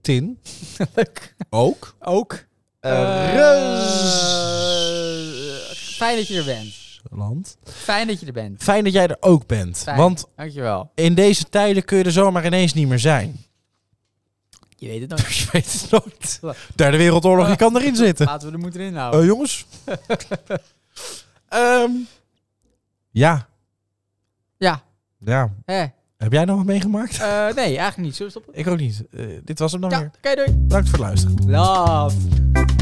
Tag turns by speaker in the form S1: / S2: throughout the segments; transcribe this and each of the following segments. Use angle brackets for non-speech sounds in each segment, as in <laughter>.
S1: Tin. Leuk.
S2: Ook.
S1: Ook.
S2: Eh,
S3: Fijn dat je er bent.
S1: Land.
S3: Fijn dat je er bent.
S1: Fijn dat jij er ook bent.
S3: Fijn.
S1: Want
S3: Dankjewel.
S1: in deze tijden kun je er zomaar ineens niet meer zijn. Dus
S3: Je weet het nog.
S1: Je weet het nooit. Derde Wereldoorlog, je kan erin
S3: <laughs>
S1: zitten.
S3: <laughs> Laten we de moeder inhouden.
S1: Eh, jongens. Ehm, ja.
S3: Ja.
S1: Ja.
S3: Hé.
S1: Heb jij nog wat meegemaakt?
S3: Eh, nee, eigenlijk niet. Zullen we stoppen?
S1: Ik ook niet. Eh, dit was hem dan
S3: Ja,
S1: weer.
S3: oké, doei.
S1: Bedankt voor het luisteren.
S3: Love.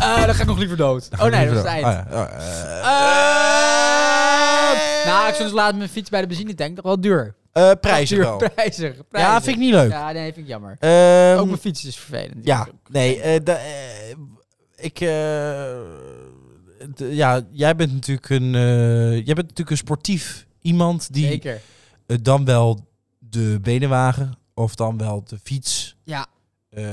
S3: Eh, dan ga ik nog liever dood. Oh nee, dat was het eind.
S1: Ah, ja. Eh,
S3: Eh, nou, ik soms laat mijn fiets bij de benzinetank nog wel duur.
S1: eh, prijzen
S3: Duur, <laughs>
S1: wel.
S3: Prijzig.
S1: Ja, vind ik niet leuk.
S3: Ja, nee, vind ik jammer.
S1: Ehm,
S3: Ook mijn fiets is vervelend.
S1: ja, nee. eh, da- eh, ik... eh, d- ja, jij bent natuurlijk een... eh, jij bent natuurlijk een sportief iemand die
S3: Zeker.
S1: eh, dan wel de benenwagen of dan wel de fiets...
S3: Ja.
S1: eh,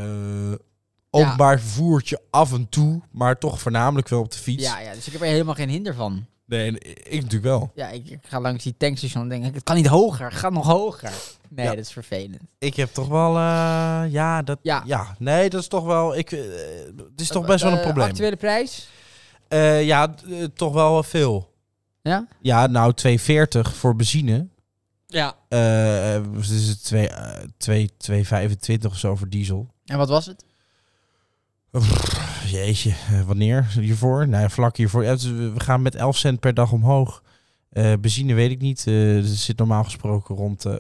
S1: openbaar vervoertje af en toe, maar toch voornamelijk wel op de fiets.
S3: Ja, ja, dus ik heb er helemaal geen hinder van.
S1: Nee, en ik natuurlijk wel.
S3: Ja, ik, ik ga langs die tankstation en denk ik, het kan niet hoger, het gaat nog hoger. Nee,
S1: Ja.
S3: dat is vervelend.
S1: Ik heb toch wel, eh, ja, dat, ja.
S3: Ja.
S1: nee, dat is toch wel, ik, eh, het is toch best wel een
S3: Eh,
S1: probleem.
S3: actuele prijs?
S1: Eh, ja, d- eh, toch wel veel.
S3: Ja?
S1: Ja, nou 2,40 voor benzine.
S3: Ja.
S1: Eh, eh, dus is het 2, eh, 2, 2,25 of zo voor diesel.
S3: En wat was het?
S1: Pff, Jeetje, eh, wanneer hiervoor? Nou, ja, vlak hiervoor. Ja, het is- we gaan met 11 cent per dag omhoog. Eh, benzine weet ik niet. eh, er zit normaal gesproken rond eh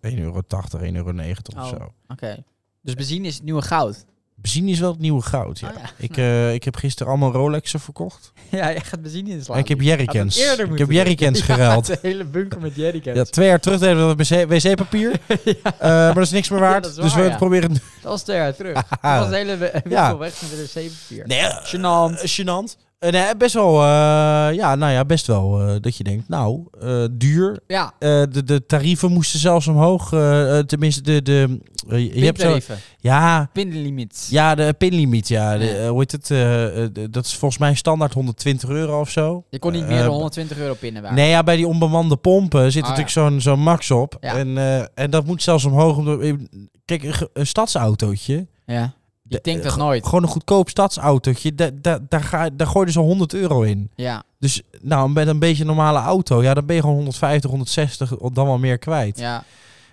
S1: 1,80 euro, 1,90 euro of
S3: Oh.
S1: zo.
S3: Oké. Dus benzine is het nieuwe goud.
S1: Benzine is wel het nieuwe goud, ja.
S3: Oh, ja. <laughs>
S1: Ik, eh, ik heb gisteren allemaal Rolexen verkocht.
S3: ja, je gaat benzine inslaan.
S1: en ik heb
S3: Had
S1: jerrycans.
S3: het eerder
S1: Ik
S3: moeten
S1: heb
S3: doen.
S1: jerrycans
S3: <laughs> Ja,
S1: geruild.
S3: de hele bunker met jerrycans.
S1: Ja, twee jaar terug deden we dat wc- wc-papier. Eh, maar dat is niks meer
S3: <laughs> Ja,
S1: waard.
S3: dat is
S1: dus we
S3: waar, ja.
S1: proberen het
S3: Dat was twee jaar
S1: <laughs>
S3: terug. Dat was de hele winkel
S1: Ja.
S3: weg met de wc-papier.
S1: Nee, eh,
S3: Gênant.
S1: eh, gênant. Eh, nee, best wel, eh, ja, nou ja, best wel eh, dat je denkt, nou, eh, duur.
S3: Ja,
S1: Eh, de, de tarieven moesten zelfs omhoog. eh, eh, tenminste, de, de, eh, je- je hebt zo,
S3: even.
S1: ja,
S3: Pindelimiet.
S1: ja, de pinlimiet, ja. De,
S3: Ja.
S1: eh, hoe heet het? eh, eh, de- dat is volgens mij standaard 120 euro of zo.
S3: Je kon niet meer
S1: Eh,
S3: dan 120 euro pinnen waar.
S1: Nee, ja, bij die onbemande pompen zit
S3: Ah,
S1: natuurlijk zo'n zo'n max op.
S3: Ja.
S1: En, eh, en dat moet zelfs omhoog. Om de, kijk, een, ge- een stadsautootje.
S3: Ja.
S1: De-
S3: Ik denk
S1: eh,
S3: dat nooit.
S1: Gewoon een goedkoop stadsautootje. da- da- daar, ga, daar gooi je zo'n 100 euro in.
S3: Ja.
S1: Dus nou, met een beetje een normale auto, ja, dan ben je gewoon 150, 160, dan wel meer kwijt.
S3: Ja,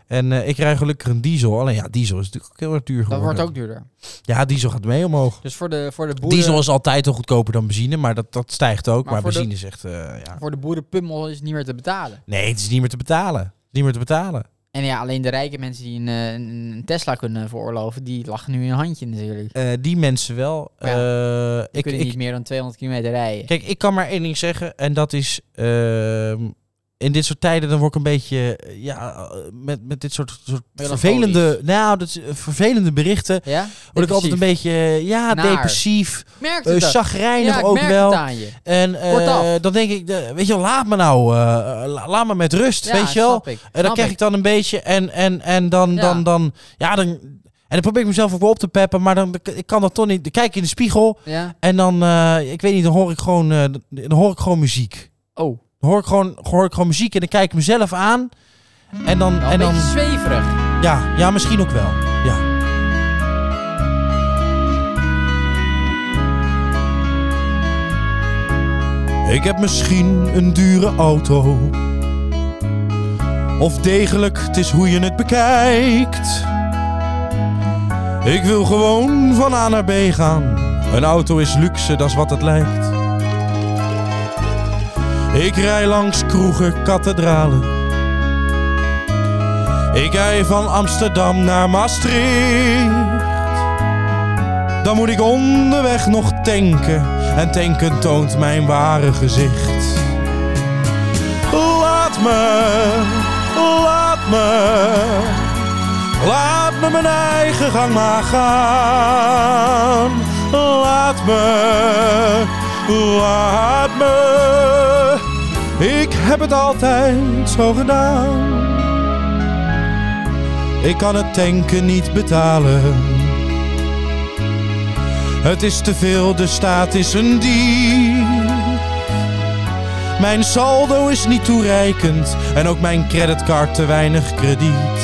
S1: En eh, ik rij gelukkig een diesel. Alleen ja, diesel is natuurlijk ook heel erg duur
S3: dat
S1: geworden.
S3: wordt ook duurder.
S1: Ja, diesel gaat mee omhoog.
S3: Dus voor de, voor de boeren...
S1: Diesel is altijd al goedkoper dan benzine, maar dat, dat stijgt ook. Maar,
S3: Maar voor de-
S1: benzine is echt, eh, ja.
S3: Voor de boerenpummel is het niet meer te betalen.
S1: Nee, het is niet meer te betalen. Het is Niet meer te betalen.
S3: En ja, alleen de rijke mensen die een, eh, een een Tesla kunnen veroorloven, die lachen nu in een handje natuurlijk.
S1: Eh, die mensen wel.
S3: Maar
S1: Eh,
S3: Die
S1: ik,
S3: kunnen
S1: ik,
S3: niet meer dan 200 kilometer rijden.
S1: kijk, ik kan maar één ding zeggen. En dat is. ehm, in dit soort tijden dan word ik een beetje. eh, Ja, eh, met, met dit soort, soort
S3: Melancholisch.
S1: vervelende. Nou, dat, is, eh, vervelende berichten. Word
S3: Ja?
S1: ik altijd een beetje. eh, ja,
S3: Naar.
S1: depressief.
S3: Merkt
S1: eh
S3: het dat?
S1: chagrijnig
S3: ja, ik
S1: ook
S3: merk
S1: wel.
S3: het aan je.
S1: En eh,
S3: Kortaf.
S1: dan denk ik. eh, weet je, wel, laat me nou. eh, eh, la- laat me met rust.
S3: Ja,
S1: weet je wel.
S3: snap ik.
S1: En dan
S3: Snap
S1: krijg ik dan een beetje. En, en, en dan,
S3: Ja.
S1: dan, dan. Ja, dan. En dan probeer ik mezelf ook wel op te peppen. Maar dan, ik kan dat toch niet. Dan kijk ik in de spiegel.
S3: Ja.
S1: En dan, eh, ik weet niet, dan hoor ik gewoon, eh, dan hoor ik gewoon muziek.
S3: Oh,
S1: Dan hoor ik gewoon, hoor ik gewoon muziek en dan kijk ik mezelf aan. En dan,
S3: wel Nou, een
S1: en dan
S3: beetje zweverig.
S1: ja, ja, misschien ook wel. Ja. Ik heb misschien een dure auto. Of degelijk, het is hoe je het bekijkt. Ik wil gewoon van A naar B gaan. Een auto is luxe, dat is wat het lijkt. Ik rij langs kroegen, kathedralen. Ik rij van Amsterdam naar Maastricht. Dan moet ik onderweg nog tanken. En tanken toont mijn ware gezicht. Laat me, laat me. Laat me mijn eigen gang maar gaan. Laat me, laat me. Ik heb het altijd zo gedaan. Ik kan het tanken niet betalen. Het is te veel, de staat is een dief. Mijn saldo is niet toereikend en ook mijn creditcard te weinig krediet.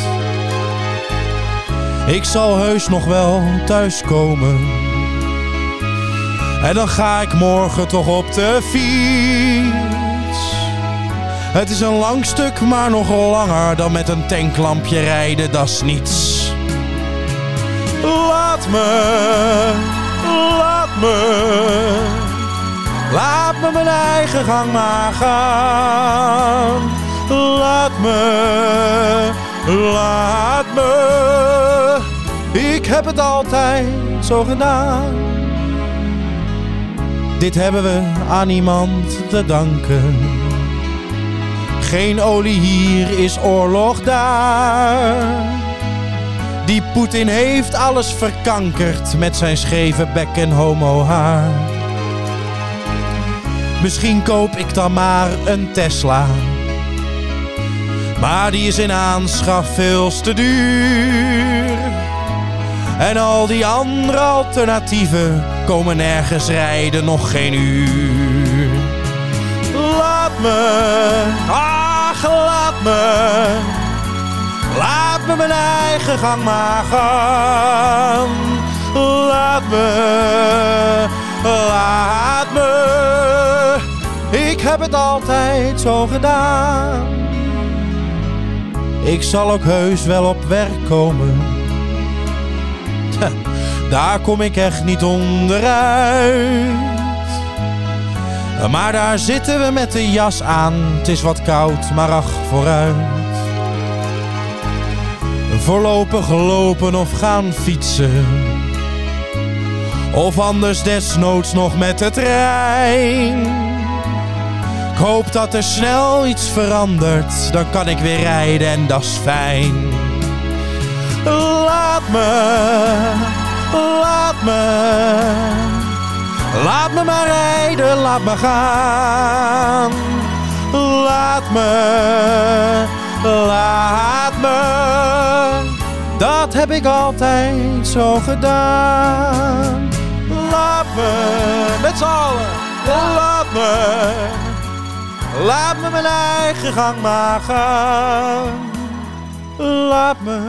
S1: Ik zal heus nog wel thuiskomen. En dan ga ik morgen toch op de fiets. Het is een lang stuk, maar nog langer dan met een tanklampje rijden, dat is niets. Laat me, laat me, laat me mijn eigen gang maar gaan. Laat me, laat me, ik heb het altijd zo gedaan. Dit hebben we aan iemand te danken. Geen olie hier is oorlog daar. Die Poetin heeft alles verkankerd met zijn scheve bek en homo haar. Misschien koop ik dan maar een Tesla. Maar die is in aanschaf veel te duur. En al die andere alternatieven komen nergens rijden nog geen uur. Laat me, ach laat me. Laat me mijn eigen gang maar gaan. Laat me, laat me. Ik heb het altijd zo gedaan. Ik zal ook heus wel op werk komen. Tja, Daar kom ik echt niet onderuit. Maar daar zitten we met de jas aan. Het is wat koud, maar ach, vooruit. Voorlopig lopen of gaan fietsen. Of anders desnoods nog met de trein. Ik hoop dat er snel iets verandert. Dan kan ik weer rijden en dat is fijn. Laat me, laat me. Laat me maar rijden, laat me gaan. Laat me, laat me. Dat heb ik altijd zo gedaan. Laat me, met z'n allen. Laat me, laat me mijn eigen gang maar gaan. Laat me,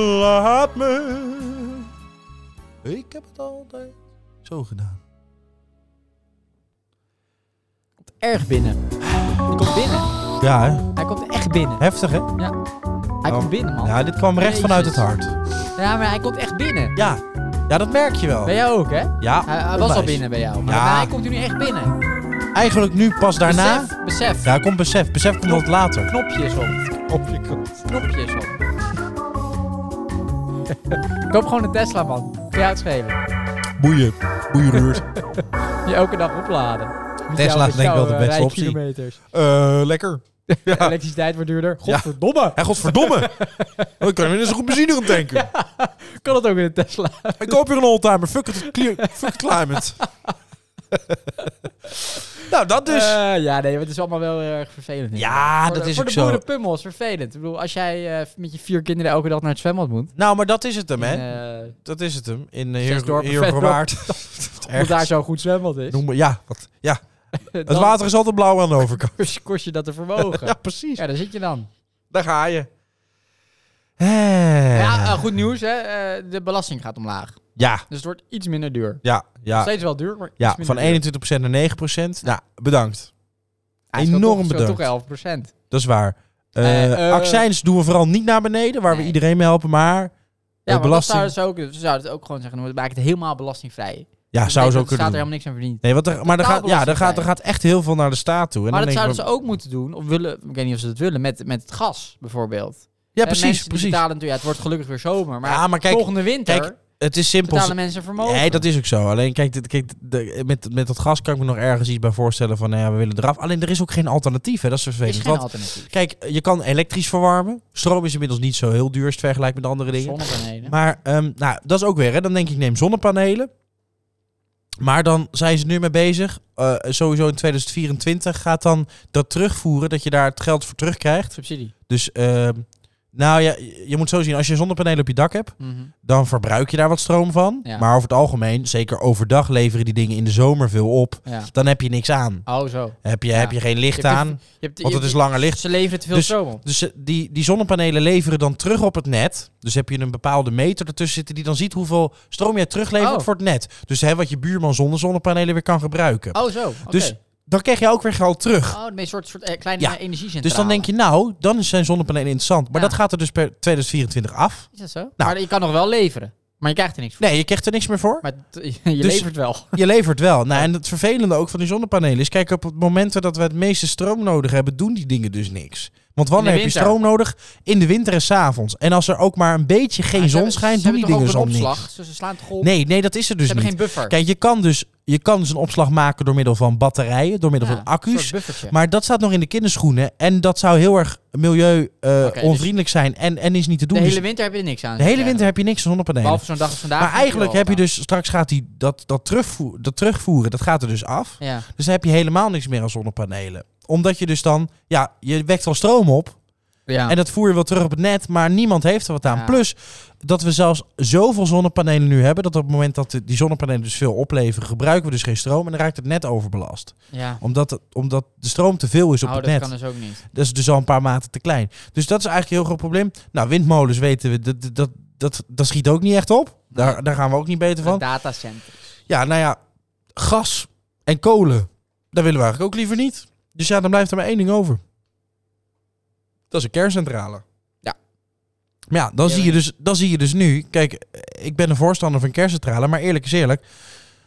S1: laat me. Ik heb het altijd zo gedaan.
S3: Erg binnen. Hij komt binnen.
S1: Ja, hè?
S3: Hij komt echt binnen.
S1: heftig hè?
S3: Hij
S1: Oh.
S3: komt binnen, man.
S1: Ja, dit kwam recht vanuit het hart.
S3: Ja, maar hij komt echt binnen.
S1: Ja, ja dat merk je wel.
S3: Bij jou ook, hè?
S1: Ja,
S3: Hij, hij was
S1: onwijs.
S3: al binnen bij jou. Maar
S1: Ja.
S3: daarna- hij komt nu echt binnen.
S1: Eigenlijk nu pas daarna.
S3: Besef, besef.
S1: Ja, komt besef. Besef komt wat later.
S3: Knopjes op.
S1: Op je kant.
S3: Knopjes op. Koop gewoon een Tesla, man. Kun je het schelen.
S1: Boeien.
S3: <laughs>
S1: Boeienruurt.
S3: Je elke dag opladen. Met
S1: Tesla
S3: jouw-
S1: is denk ik wel de
S3: met jouw,
S1: beste
S3: eh, rij
S1: optie. <laughs>
S3: kilometers.
S1: Eh lekker.
S3: Elektriciteit wordt duurder. Godverdomme.
S1: Hé, godverdomme. Dan kan je weer zo goed benzine gaan tanken.
S3: <laughs> Kan dat ook in een Tesla?
S1: Ik koop hier een oldtimer. Fuck het, cli- fuck het climate. <laughs> nou, dat dus.
S3: Eh, ja, nee, maar het is allemaal wel erg vervelend.
S1: ja,
S3: Voor de-
S1: dat is
S3: Voor
S1: ook
S3: de
S1: zo.
S3: boerenpummels, vervelend. Ik bedoel, als jij eh, met je vier kinderen elke dag naar het zwembad moet...
S1: Nou, maar dat is het hem,
S3: en,
S1: hè.
S3: eh,
S1: Dat is het hem. In eh,
S3: Zesdorp en
S1: Heergewaard. <laughs>
S3: omdat daar zo'n goed zwembad is...
S1: Noem maar, ja, wat, ja,
S3: <laughs> dan
S1: het water is altijd blauw aan de overkant.
S3: kost- kost je dat te vermogen.
S1: <laughs> Ja,
S3: ja.
S1: precies.
S3: daar zit je dan.
S1: Daar ga je. Eh.
S3: Ja, eh, goed nieuws, hè. eh, de belasting gaat omlaag.
S1: Ja,
S3: Dus het wordt iets minder duur.
S1: ja,
S3: Nog
S1: ja.
S3: Steeds wel duur, maar
S1: Ja,
S3: iets minder
S1: van 21%
S3: duur.
S1: naar 9%. Nou, bedankt.
S3: Ah, het
S1: enorm
S3: scheelt toch, het scheelt
S1: bedankt.
S3: toch 11 procent.
S1: Dat is waar. Eh
S3: Eh, eh,
S1: accijns doen we vooral niet naar beneden, waar we
S3: nee.
S1: iedereen mee helpen. Maar
S3: Ja, maar
S1: belasting-
S3: belasting... dat zouden ze ook, ze zouden het ook gewoon zeggen, we maken het helemaal belastingvrij.
S1: ja,
S3: zou
S1: zou ze ook
S3: staat
S1: kunnen
S3: er
S1: doen.
S3: helemaal niks aan verdiend.
S1: Nee, want er, maar er gaat, ja, er, gaat, er
S3: belastingvrij.
S1: gaat echt heel veel naar de staat toe. En
S3: maar
S1: dan
S3: dat
S1: denk
S3: zouden
S1: ik,
S3: ze ook moeten doen, of willen, ik weet niet of ze dat willen, met, met het gas bijvoorbeeld.
S1: ja,
S3: En eh, mensen
S1: precies,
S3: die
S1: precies.
S3: betalen natuurlijk, ja, het wordt gelukkig weer zomer, maar
S1: ja, maar kijk,
S3: volgende winter
S1: kijk, het is simpel.
S3: betalen mensen vermogen.
S1: Nee, dat is ook zo. Alleen kijk, dit- kijk de, met, met dat gas kan ik me nog ergens iets bij voorstellen van, nou ja, we willen eraf. Alleen er is ook geen alternatief, hè. dat is
S3: is
S1: vervelend.
S3: geen
S1: Want
S3: alternatief.
S1: kijk, je kan elektrisch verwarmen. Stroom is inmiddels niet zo heel duur, als het vergelijkt met andere dingen.
S3: Zonnepanelen.
S1: Maar ehm, nou, dat is ook weer, hè. dan denk ik, neem zonnepanelen. Maar dan zijn ze nu mee bezig. Eh, sowieso in 2024 gaat dan dat terugvoeren, dat je daar het geld voor terugkrijgt.
S3: Subsidie.
S1: Dus ehm, Nou ja, je moet zo zien, als je zonnepanelen op je dak hebt,
S3: Mhm.
S1: dan verbruik je daar wat stroom van.
S3: Ja.
S1: Maar over het algemeen, zeker overdag, leveren die dingen in de zomer veel op.
S3: Ja.
S1: Dan heb je niks aan.
S3: Oh, zo.
S1: Heb je,
S3: Ja.
S1: heb je geen licht
S3: Je hebt-
S1: aan,
S3: Je hebt,
S1: want
S3: je
S1: het is
S3: hebt-
S1: langer licht.
S3: Ze leveren te veel
S1: Dus-
S3: stroom op.
S1: Dus eh, die, die zonnepanelen leveren dan terug op het net. Dus heb je een bepaalde meter ertussen zitten die dan ziet hoeveel stroom jij teruglevert
S3: Oh.
S1: voor het net. Dus hè, wat je buurman zonder zonnepanelen weer kan gebruiken.
S3: Oh, zo. Oké.
S1: Dus dan krijg je ook weer geld terug.
S3: Oh, een soort, soort eh, kleine
S1: Ja.
S3: eh, energiecentrale.
S1: Dus dan denk je, nou, dan zijn zonnepanelen interessant. Maar
S3: Ja.
S1: dat gaat er dus per 2024 af.
S3: Is dat zo? maar je kan nog wel leveren. Maar je krijgt er niks voor.
S1: Nou. Nee, je krijgt er niks meer voor.
S3: Maar t- eh, je
S1: Dus-
S3: levert wel.
S1: Je levert wel. Nou, en het vervelende ook van die zonnepanelen is... kijk, op het momenten dat we het meeste stroom nodig hebben... doen die dingen dus niks. Want wanneer
S3: In
S1: heb
S3: de
S1: je
S3: winter.
S1: stroom nodig? In de winter en 's avonds. En als er ook maar een beetje geen
S3: Maar ze
S1: zon
S3: hebben-
S1: schijnt...
S3: ze
S1: doen die
S3: hebben toch
S1: dingen
S3: ook
S1: zo
S3: een
S1: niks.
S3: opslag? Ze, ze slaan toch op?
S1: Nee, nee, dat is er
S3: ze
S1: dus
S3: hebben
S1: niet.
S3: geen buffer.
S1: Kijk, je kan, dus, je kan dus een opslag maken door middel van batterijen... door middel
S3: Ja,
S1: van
S3: een
S1: accu's.
S3: soort buffertje.
S1: Maar dat staat nog in de kinderschoenen. En dat zou heel erg milieu-onvriendelijk
S3: Oké, dus
S1: zijn. En, en is niet te doen.
S3: de
S1: Dus
S3: hele winter heb je er niks aan.
S1: de hele winter heb je niks aan zonnepanelen.
S3: Behalve zo'n dag als vandaag.
S1: Maar
S3: heb je
S1: eigenlijk
S3: wel
S1: heb je
S3: wat
S1: dus... straks gaat die, dat, dat, terugvoer, dat terugvoeren, dat gaat er dus af.
S3: aan. Ja.
S1: Dus dan heb je helemaal niks meer aan zonnepanelen. Omdat je dus dan... Ja, je wekt wel stroom op.
S3: ja.
S1: En dat voer je wel terug op het net. Maar niemand heeft er wat aan.
S3: Ja.
S1: Plus dat we zelfs zoveel zonnepanelen nu hebben... dat op het moment dat de- die zonnepanelen dus veel opleveren... gebruiken we dus geen stroom. En dan raakt het net overbelast.
S3: ja.
S1: Omdat, het- omdat de stroom te veel is op
S3: Oh,
S1: het
S3: dat
S1: net.
S3: kan dus ook niet.
S1: Dat is dus al een paar maten te klein. Dus dat is eigenlijk een heel groot probleem. Nou, windmolens weten we, dat, dat, dat, dat schiet ook niet echt op. Daar, daar gaan we ook niet beter
S3: Een
S1: van.
S3: datacenter.
S1: Ja, nou ja, gas en kolen, dat willen we eigenlijk ook liever niet. Dus ja, dan blijft er maar één ding over. Dat is een kerncentrale.
S3: Ja.
S1: Maar ja, dan,
S3: Ja,
S1: zie je dus, dan zie je dus nu... Kijk, eh, ik ben een voorstander van kerncentrale, maar eerlijk is eerlijk...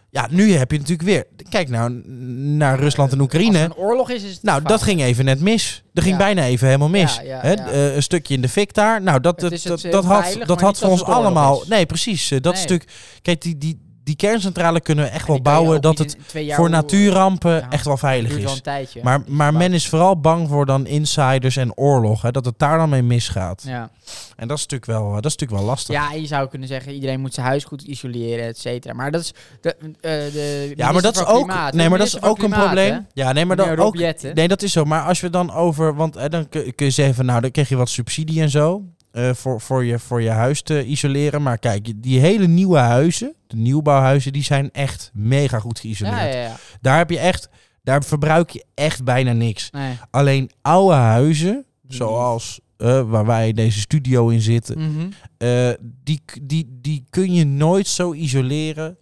S1: Ja, nu heb je natuurlijk weer... Kijk nou n- naar Rusland en
S3: Als
S1: Oekraïne.
S3: er een oorlog is, is het
S1: Nou,
S3: fout.
S1: dat ging even net mis. Dat ging
S3: Ja.
S1: bijna even helemaal mis.
S3: Ja, ja,
S1: Hè,
S3: ja.
S1: eh, een stukje in de fik daar. Nou, dat,
S3: Het
S1: dat,
S3: is het
S1: dat,
S3: heel
S1: dat had,
S3: veilig, maar
S1: dat
S3: niet
S1: had voor
S3: dat
S1: ons
S3: het oorlog
S1: allemaal.
S3: is.
S1: Nee, precies. eh, dat
S3: Nee.
S1: stuk. Kijk, die, die, die kerncentrale kunnen we echt
S3: En
S1: wel
S3: die kan je
S1: bouwen
S3: ook
S1: dat
S3: niet
S1: het
S3: in twee jaar
S1: voor
S3: hoe-
S1: natuurrampen
S3: Ja,
S1: echt wel
S3: het
S1: veilig
S3: duurt wel een
S1: is.
S3: tijdje.
S1: Maar, maar
S3: gebouwd.
S1: men is vooral bang voor dan insiders en oorlog. Hè, dat het daar dan mee misgaat.
S3: Ja.
S1: En dat is natuurlijk wel, eh, dat is natuurlijk wel lastig.
S3: ja, en je zou kunnen zeggen, iedereen moet zijn huis goed isoleren, et cetera. Maar dat is... De, eh, de
S1: Ja, maar dat is ook, nee, maar dat is ook een probleem. Ja, nee, maar dan ook, Nee, dat is zo. Maar als we dan over. Want eh, dan kun, kun je zeggen, van, nou, dan krijg je wat subsidie en zo. eh, voor, voor, je, voor je huis te isoleren. Maar kijk, die hele nieuwe huizen, de nieuwbouwhuizen, die zijn echt mega goed geïsoleerd.
S3: Ja, ja, ja.
S1: Daar heb je echt. Daar verbruik je echt bijna niks.
S3: Nee.
S1: Alleen oude huizen,
S3: Die
S1: zoals eh, waar wij in deze studio in zitten,
S3: Mhm.
S1: eh, die, die, die kun je nooit zo isoleren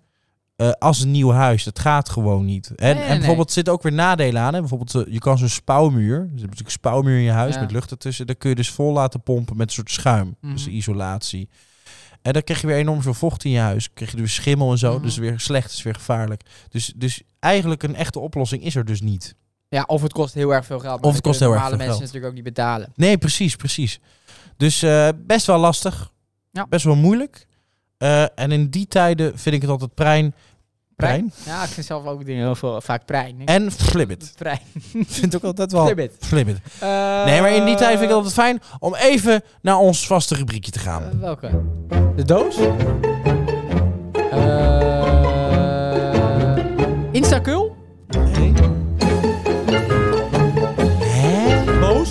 S1: eh, als een nieuw huis. Dat gaat gewoon niet. En,
S3: nee,
S1: en
S3: nee.
S1: bijvoorbeeld zit ook weer nadelen aan. Hè? Bijvoorbeeld, eh, je kan zo'n spouwmuur. Er zit natuurlijk een spouwmuur in je huis
S3: Ja.
S1: met lucht ertussen. Dat kun je dus vol laten pompen met een soort schuim. Dus
S3: Mhm.
S1: isolatie. En dan krijg je weer enorm veel vocht in je huis. Dan krijg je weer schimmel en zo.
S3: Mhm.
S1: Dus weer slecht, is weer gevaarlijk. Dus, dus eigenlijk een echte oplossing is er dus niet.
S3: Ja, of het kost heel erg veel geld. maar
S1: Of het
S3: dat
S1: kost
S3: kunnen
S1: heel erg veel
S3: normale mensen
S1: geld.
S3: natuurlijk ook niet betalen.
S1: Nee, precies, precies. Dus eh, best wel lastig.
S3: Ja.
S1: Best wel moeilijk. Eh, en in die tijden vind ik het altijd prein. Prein?
S3: Ja, ik vind zelf ook dingen heel veel, vaak prein. Ik
S1: En flibbit.
S3: Prein.
S1: Vind <laughs> ik ook altijd wel
S3: Flibbit.
S1: flibbit.
S3: Eh,
S1: Nee, maar in die tijd vind ik het altijd fijn om even naar ons vaste rubriekje te gaan.
S3: eh, welke? De doos? Eh Instakul?
S1: Nee. Hè?
S3: Boos?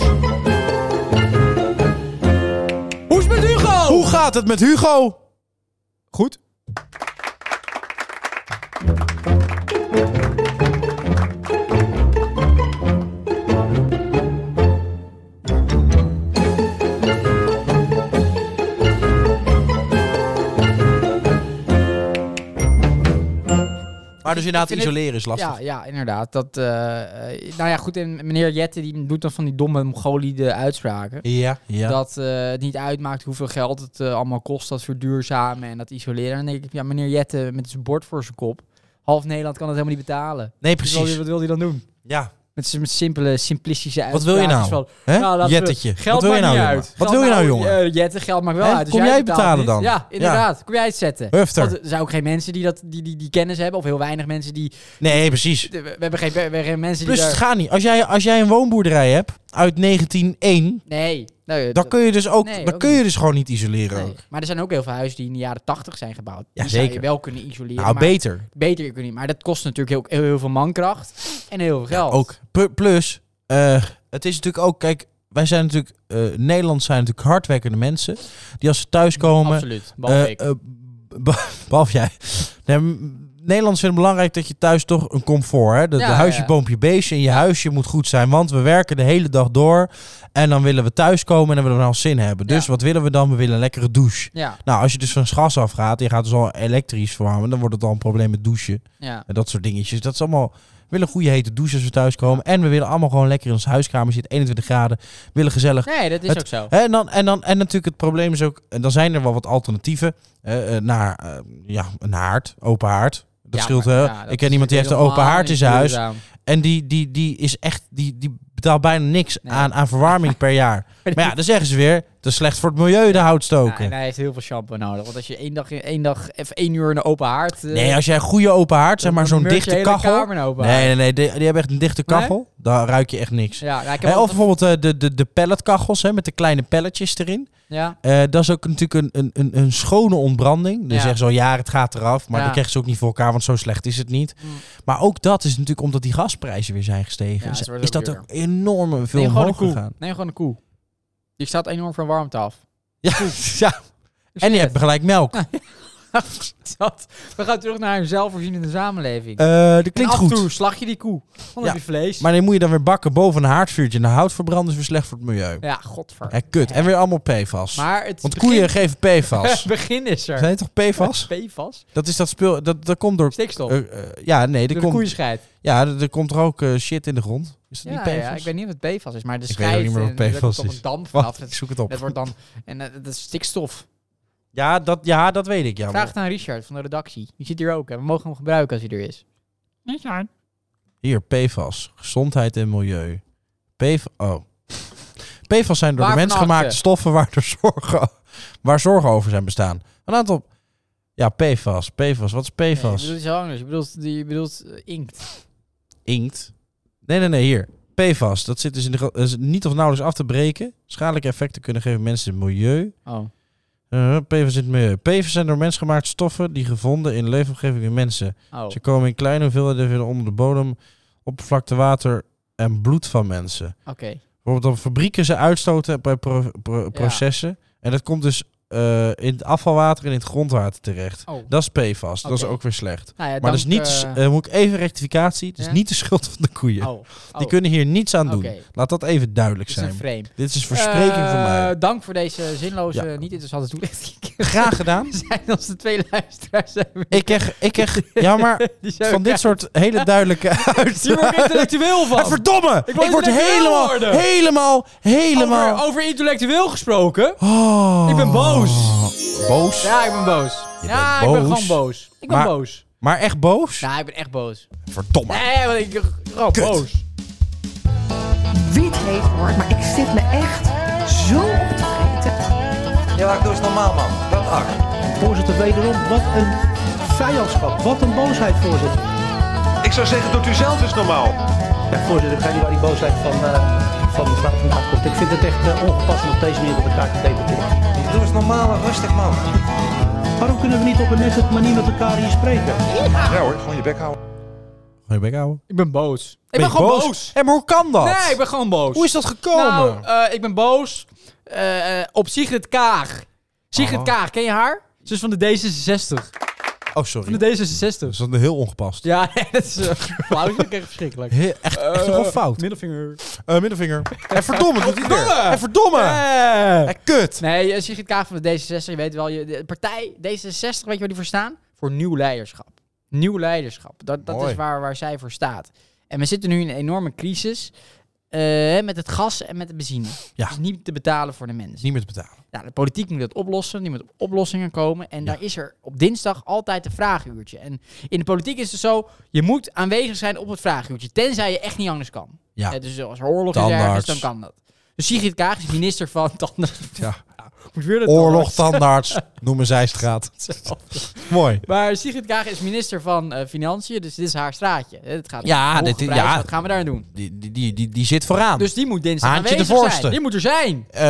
S3: Hoe is het met Hugo?
S1: Hoe gaat het met Hugo?
S3: Goed.
S1: Maar dus inderdaad,
S3: Ik vind het-
S1: isoleren is lastig.
S3: Ja, ja, inderdaad. Dat, eh, eh, nou ja, goed. En meneer Jette die doet dan van die domme mongoliede uitspraken.
S1: Ja, ja.
S3: Dat eh, het niet uitmaakt hoeveel geld het eh, allemaal kost, dat verduurzamen en dat isoleren. En dan denk ik, ja, meneer Jette met zijn bord voor zijn kop. Half Nederland kan het helemaal niet betalen.
S1: nee,
S3: Dus wat wil-
S1: precies.
S3: wat wil hij dan doen?
S1: Ja.
S3: Met zijn met simpele, simplistische
S1: Wat wil je
S3: uitspraken
S1: nou?
S3: van,
S1: Hè?
S3: nou, laten we-
S1: Jettetje.
S3: Geld
S1: Wat wil je
S3: maakt
S1: nou,
S3: niet
S1: jongen?
S3: uit.
S1: Wat
S3: Geld
S1: wil je nou,
S3: maakt-
S1: jongen?
S3: eh, Jette, geld maakt wel
S1: Hè?
S3: uit. Dus
S1: Kom jij
S3: betaalt
S1: betalen
S3: niet.
S1: dan?
S3: Ja, inderdaad. Kom jij het zetten?
S1: Hufter.
S3: Want er zijn ook geen mensen die, dat, die, die, die kennis hebben, of heel weinig mensen die.
S1: Nee, precies.
S3: We we hebben geen, we hebben geen mensen die.
S1: Plus, het
S3: daar...
S1: gaat niet. Als jij, als jij een woonboerderij hebt uit 1901,
S3: Nee. nee
S1: dan kun je dus ook,
S3: Nee,
S1: dan
S3: ook
S1: kun je dus gewoon niet isoleren.
S3: nee.
S1: ook.
S3: Maar er zijn ook heel veel huizen die in de jaren 80 zijn gebouwd.
S1: Ja,
S3: die zou je
S1: zeker.
S3: wel kunnen isoleren.
S1: Nou,
S3: maar
S1: beter.
S3: beter kunnen niet. Maar dat kost natuurlijk heel, heel, heel veel mankracht en heel veel geld.
S1: Ook. Pu- Plus, eh, het is natuurlijk ook, kijk, wij zijn natuurlijk, eh Nederland zijn natuurlijk hardwerkende mensen. Die als ze thuiskomen,
S3: Absoluut. behalve ik.
S1: eh, eh, be- <laughs> behalve jij. Nee, m- Nederlanders vinden het belangrijk dat je thuis toch een comfort... Hè? Dat
S3: Ja,
S1: de huisje,
S3: ja.
S1: boompje, beestje in je huisje moet goed zijn. Want we werken de hele dag door. En dan willen we thuiskomen en dan willen we wel zin hebben. Dus
S3: Ja.
S1: wat willen we dan? We willen een lekkere douche.
S3: ja,
S1: Nou, als je dus van gas afgaat en je gaat dus al elektrisch verwarmen... dan wordt het al een probleem met douchen
S3: ja.
S1: en dat soort dingetjes. Dat is allemaal... We willen goede hete douche als we thuiskomen. En we willen allemaal gewoon lekker in ons huiskamer zitten. 21 graden. We willen gezellig
S3: Nee, dat is
S1: Het-
S3: ook zo.
S1: Hè, En, dan, en, dan, en natuurlijk het probleem is ook, en dan zijn er wel wat alternatieven eh, eh, naar eh, ja, een haard, open haard. Dat
S3: Ja,
S1: scheelt.
S3: maar-
S1: hè.
S3: ja, dat
S1: ik ken
S3: is
S1: iemand die heeft een open
S3: helemaal
S1: haard in
S3: niet
S1: zijn huis.
S3: duurzaam.
S1: En die, die, die is echt, die, die betaalt bijna niks
S3: Nee.
S1: aan, aan verwarming per
S3: <laughs>
S1: jaar. Maar ja, dan zeggen ze weer, dat is slecht voor het milieu, de hout
S3: Ja,
S1: stoken.
S3: en hij heeft heel veel shampoo nodig. Want als je één dag, één dag even één uur in een open haard... eh,
S1: Nee, als jij een goede open haard, zeg
S3: dan
S1: maar zo'n
S3: murk je
S1: dichte
S3: hele
S1: kachel.
S3: kamer in open
S1: Nee,
S3: haard.
S1: nee, nee, die, die hebben echt een dichte
S3: Nee?
S1: kachel. Daar ruik je echt niks.
S3: Ja, ja, ik heb
S1: Hè,
S3: wel-
S1: of bijvoorbeeld eh, de, de, de pelletkachels hè, met de kleine pelletjes erin.
S3: ja,
S1: Eh, dat is ook natuurlijk een, een, een, een schone ontbranding. Dan
S3: Ja.
S1: zeggen ze al, ja, het gaat eraf. Maar
S3: Ja.
S1: dan krijgen ze ook niet voor elkaar, want zo slecht is het niet.
S3: Mm.
S1: Maar ook dat is natuurlijk omdat die gasprijzen weer zijn gestegen.
S3: Ja,
S1: Dus
S3: het wordt
S1: is
S3: ook
S1: dat ook enorm veel
S3: neem gewoon een
S1: omhoog
S3: koe.
S1: gegaan.
S3: Neem gewoon een koe. Die staat enorm van warmte af.
S1: Ja, <laughs> ja.
S3: Dus
S1: En je
S3: shit.
S1: hebt gelijk melk.
S3: <laughs> Dat. We gaan terug naar een zelfvoorzienende samenleving.
S1: Eh, dat
S3: en
S1: klinkt
S3: af en toe
S1: goed.
S3: slag je die koe. Dan
S1: Ja.
S3: heb je vlees.
S1: Maar die moet je dan weer bakken boven een haardvuurtje. En de hout verbranden is weer slecht voor het milieu.
S3: ja, godver.
S1: En kut. En weer allemaal PFAS.
S3: Maar het
S1: Want
S3: begin-
S1: koeien geven PFAS.
S3: <laughs> Het begin is er.
S1: Zijn het toch
S3: <laughs>
S1: PFAS?
S3: PFAS?
S1: Dat is dat speel... Dat, dat komt door...
S3: Stikstof.
S1: eh, eh, ja, nee.
S3: Door
S1: Er
S3: de
S1: komt,
S3: koeienscheid.
S1: ja, er, er komt er ook eh, shit in de grond. Is dat
S3: Ja,
S1: niet PFAS?
S3: ja, ik weet niet wat PFAS is, maar de
S1: Ik weet ook
S3: schijf
S1: niet meer wat
S3: en daar
S1: PFAS
S3: komt
S1: is.
S3: een damp
S1: Wacht,
S3: vanaf.
S1: ik
S3: Dat,
S1: zoek het op.
S3: dat wordt dan en eh, dat is stikstof.
S1: Ja, dat, ja, dat weet ik. Ja,
S3: Vraag het aan Richard van de redactie. Die zit hier ook en we mogen hem gebruiken als hij er is. Richard.
S1: Hier, PFAS. Gezondheid en milieu. PFAS, oh. PFAS zijn door
S3: Waar
S1: de mens
S3: vanaf,
S1: gemaakte
S3: eh?
S1: stoffen waar, er <laughs> zorgen, waar zorgen over zijn bestaan. Een aantal... Ja, PFAS. PFAS. Wat is
S3: Nee, je
S1: PFAS?
S3: bedoelt iets anders. Je bedoelt, je bedoelt eh, inkt.
S1: Inkt. Nee, nee, nee. Hier. PFAS. Dat zit dus in de, gro- is niet of nauwelijks af te breken. Schadelijke effecten kunnen geven mensen in het milieu.
S3: Oh.
S1: Eh, PFAS in het milieu. PFAS zijn door mens gemaakte stoffen die gevonden in de leefomgeving van mensen.
S3: oh.
S1: Ze komen in kleine hoeveelheden weer onder de bodem, oppervlakte water en bloed van mensen.
S3: Oké.
S1: Bijvoorbeeld op fabrieken ze uitstoten bij pro- pro- processen. En dat komt dus eh, in het afvalwater en in het grondwater terecht.
S3: Oh.
S1: Dat is PFAS, dat is
S3: Oké.
S1: ook weer slecht.
S3: Nou ja,
S1: Maar dat is
S3: dank,
S1: niet,
S3: eh,
S1: eh, moet ik even rectificatie, het is
S3: Ja?
S1: niet de schuld van de koeien.
S3: oh.
S1: Die kunnen hier niets aan doen.
S3: Oké.
S1: Laat dat even duidelijk
S3: Dit is een
S1: zijn.
S3: frame.
S1: Dit is verspreking
S3: Eh,
S1: voor mij.
S3: Dank voor deze zinloze,
S1: Ja.
S3: niet interessante toelichting. <laughs>
S1: Graag gedaan.
S3: We zijn als de twee luisteraars. zijn we-
S1: Ik krijg, ik krijg, ja
S3: <laughs>
S1: maar,
S3: die zijn
S1: van
S3: we-
S1: dit soort hele
S3: <laughs>
S1: duidelijke <laughs> uit.
S3: Hier word ik intellectueel van.
S1: Ah, verdomme!
S3: Ik
S1: Ik
S3: word
S1: word,
S3: intellectueel
S1: helemaal,
S3: worden.
S1: helemaal, helemaal...
S3: Over, over intellectueel gesproken.
S1: Oh.
S3: Ik ben boos.
S1: Boos?
S3: Ja, ik ben boos.
S1: Je
S3: ja,
S1: bent
S3: ik ben
S1: boos.
S3: gewoon boos. Ik ben
S1: Maar-
S3: boos.
S1: Maar echt boos?
S3: Nou, ik ben echt boos.
S1: Verdomme.
S3: Nee, want ik gewoon
S1: Kut.
S3: boos.
S2: wie het heeft hoor, maar ik zit me echt zo op te vreten.
S4: Ja, maar doe eens normaal, man. Wat acht.
S5: Voorzitter, wederom, wat een vijandschap. Wat een boosheid, voorzitter.
S4: Ik zou zeggen, doet u zelf eens normaal.
S5: Ja, voorzitter, ik weet niet waar die boosheid van, eh, van mevrouw vandaan komt. Ik vind het echt eh, ongepast om op deze manier met elkaar te debatteren.
S4: Doe eens normaal en rustig, man.
S5: Waarom kunnen we niet op een nette manier met elkaar hier spreken?
S4: Ja hoor, gewoon je bek houden.
S1: Gooi je bek houden.
S3: Ik ben boos. Ik ben
S1: je
S3: gewoon boos.
S1: Hé, maar hoe kan dat?
S3: Nee, ik ben gewoon boos.
S1: Hoe is dat gekomen?
S3: Nou, eh, ik ben boos eh, eh, op Sigrid Kaag. Sigrid
S1: Oh.
S3: Kaag, ken je haar? Ze is van de D66.
S1: oh, sorry.
S3: Van de D66.
S1: Dat is dan heel ongepast.
S3: <laughs> Ja, nee, dat is eh, flauw. Dat is echt verschrikkelijk.
S1: He- echt, echt
S3: Eh,
S1: gewoon fout.
S3: Middelvinger.
S1: Eh, middelvinger. En verdomme, doet hij weer.
S3: Verdomme.
S1: En verdomme.
S3: Eh.
S1: Eh, kut.
S3: Nee, eh, Sigrid Kaag van de D66, je weet wel, je, de partij D66, weet je waar die voor staan? Voor nieuw leiderschap. Nieuw leiderschap. Dat, dat
S1: Mooi.
S3: is waar, waar zij voor staat. En we zitten nu in een enorme crisis eh, met het gas en met de benzine.
S1: Ja.
S3: Dus niet te betalen voor de mensen.
S1: Is niet meer te betalen.
S3: Nou, de politiek moet dat oplossen. Die moet op oplossingen komen. En
S1: Ja.
S3: daar is er op dinsdag altijd een vraaguurtje. En in de politiek is het zo, je moet aanwezig zijn op het vraaguurtje. Tenzij je echt niet anders kan.
S1: Ja.
S3: Hè, dus als er oorlog is ergens,
S1: Tandarts.
S3: dan kan dat. Dus Sigrid Kaag is minister van Tandarts.
S1: Ja.
S3: <laughs> Nou, moet weer dat
S1: Oorlog,
S3: tandarts. <laughs>
S1: tandarts, noemen zij straat. Mooi.
S3: Maar Sigrid Kaag is minister van eh, Financiën, dus dit is haar straatje. Hè, Het gaat
S1: Ja,
S3: om hoge
S1: dit is-
S3: prijzen,
S1: ja.
S3: Wat gaan we daar doen?
S1: Die, die, die, die, die zit vooraan.
S3: Dus die moet dinsdag
S1: Haantje de
S3: aanwezig
S1: voorste.
S3: zijn. Die moet er zijn.
S1: Eh,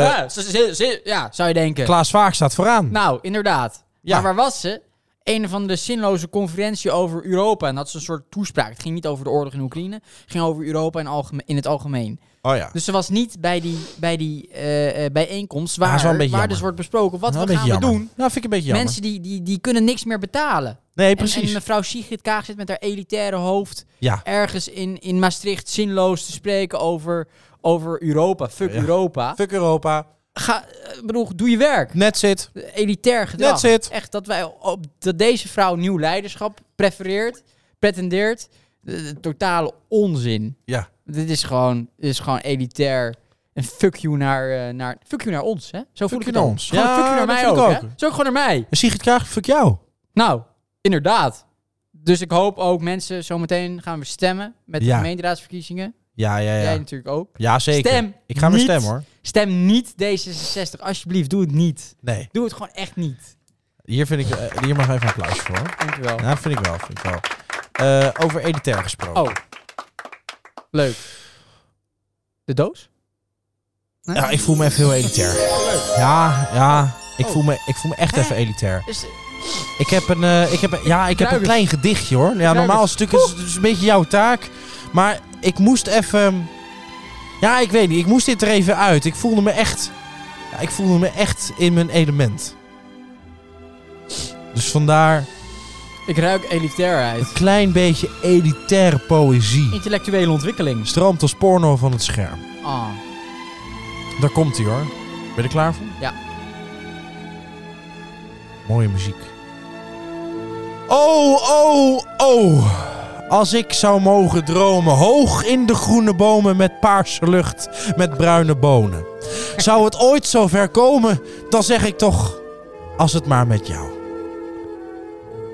S3: ja, ze- ze- ze- ja, zou je denken.
S1: Klaas Vaak staat vooraan.
S3: Nou, inderdaad.
S1: Ja.
S3: Maar waar was ze? Een van de zinloze conferentie over Europa. En dat is een soort toespraak. Het ging niet over de oorlog in Oekraïne. Het ging over Europa in, algeme- in het algemeen.
S1: Oh ja.
S3: Dus ze was niet bij die, bij die eh, eh, bijeenkomst waar,
S1: dat is wel een beetje
S3: waar
S1: jammer.
S3: dus wordt besproken wat
S1: Nou,
S3: we
S1: een
S3: gaan
S1: beetje
S3: we
S1: jammer.
S3: doen.
S1: Nou, vind ik een beetje jammer.
S3: Mensen die, die, die kunnen niks meer betalen.
S1: nee,
S3: En-
S1: precies.
S3: En, mevrouw Sigrid Kaag zit met haar elitaire hoofd
S1: ja.
S3: ergens in, in Maastricht zinloos te spreken over, over Europa. Fuck
S1: Ja.
S3: Europa.
S1: Fuck Europa.
S3: Ga, eh, bedoel, doe je werk.
S1: Net zit.
S3: Elitair gedrag.
S1: That's it.
S3: Echt dat, wij op, dat deze vrouw nieuw leiderschap prefereert, pretendeert. Eh, totale onzin.
S1: Ja.
S3: Dit is gewoon, dit is gewoon elitair. En fuck you naar, eh, naar, fuck you naar ons, hè? Zo voel
S1: Fuck you
S3: ik het
S1: naar
S3: ook.
S1: ons.
S3: Gewoon
S1: Ja,
S3: fuck you
S1: dat
S3: naar mij
S1: vind
S3: ook,
S1: ik
S3: hè?
S1: ook.
S3: Zo ook gewoon naar mij.
S1: En Sigrid Kaag, fuck jou.
S3: Nou, inderdaad. Dus ik hoop ook mensen, zometeen gaan we stemmen met de
S1: Ja.
S3: gemeenteraadsverkiezingen.
S1: Ja, ja, ja.
S3: Jij natuurlijk ook.
S1: Ja, zeker.
S3: Stem
S1: Ik ga weer
S3: niet.
S1: stemmen hoor.
S3: Stem niet D66, alsjeblieft, doe het niet.
S1: Nee,
S3: Doe het gewoon echt niet.
S1: hier, vind ik, eh, hier mag even een applaus voor. hoor.
S3: Dankjewel.
S1: Ja, dat vind ik wel. Vind ik wel. Eh, over elitair gesproken.
S3: Oh. Leuk. De doos? Nee?
S1: Ja, ik voel me even heel elitair. Ja, ja. Ik, voel, me, ik voel me echt
S3: Oh. Hè?
S1: even elitair.
S3: Is-
S1: Ik heb een, eh, ik heb een, ja, ik heb een
S3: Kruiders.
S1: klein gedichtje hoor. Ja, normaal is het natuurlijk is- is een beetje jouw taak. Maar ik moest even... Ja, ik weet niet. Ik moest dit er even uit. Ik voelde me echt... Ja, ik voelde me echt in mijn element. Dus vandaar
S3: Ik ruik elitairheid.
S1: een klein beetje elitaire poëzie.
S3: Intellectuele ontwikkeling.
S1: Stroomt als porno van het scherm.
S3: Ah.
S1: Daar komt hij hoor. Ben je er klaar voor?
S3: Ja.
S1: Mooie muziek. Oh, oh, oh. Als ik zou mogen dromen, hoog in de groene bomen met paarse lucht, met bruine bonen. Zou het ooit zo ver komen, dan zeg ik toch, als het maar met jou.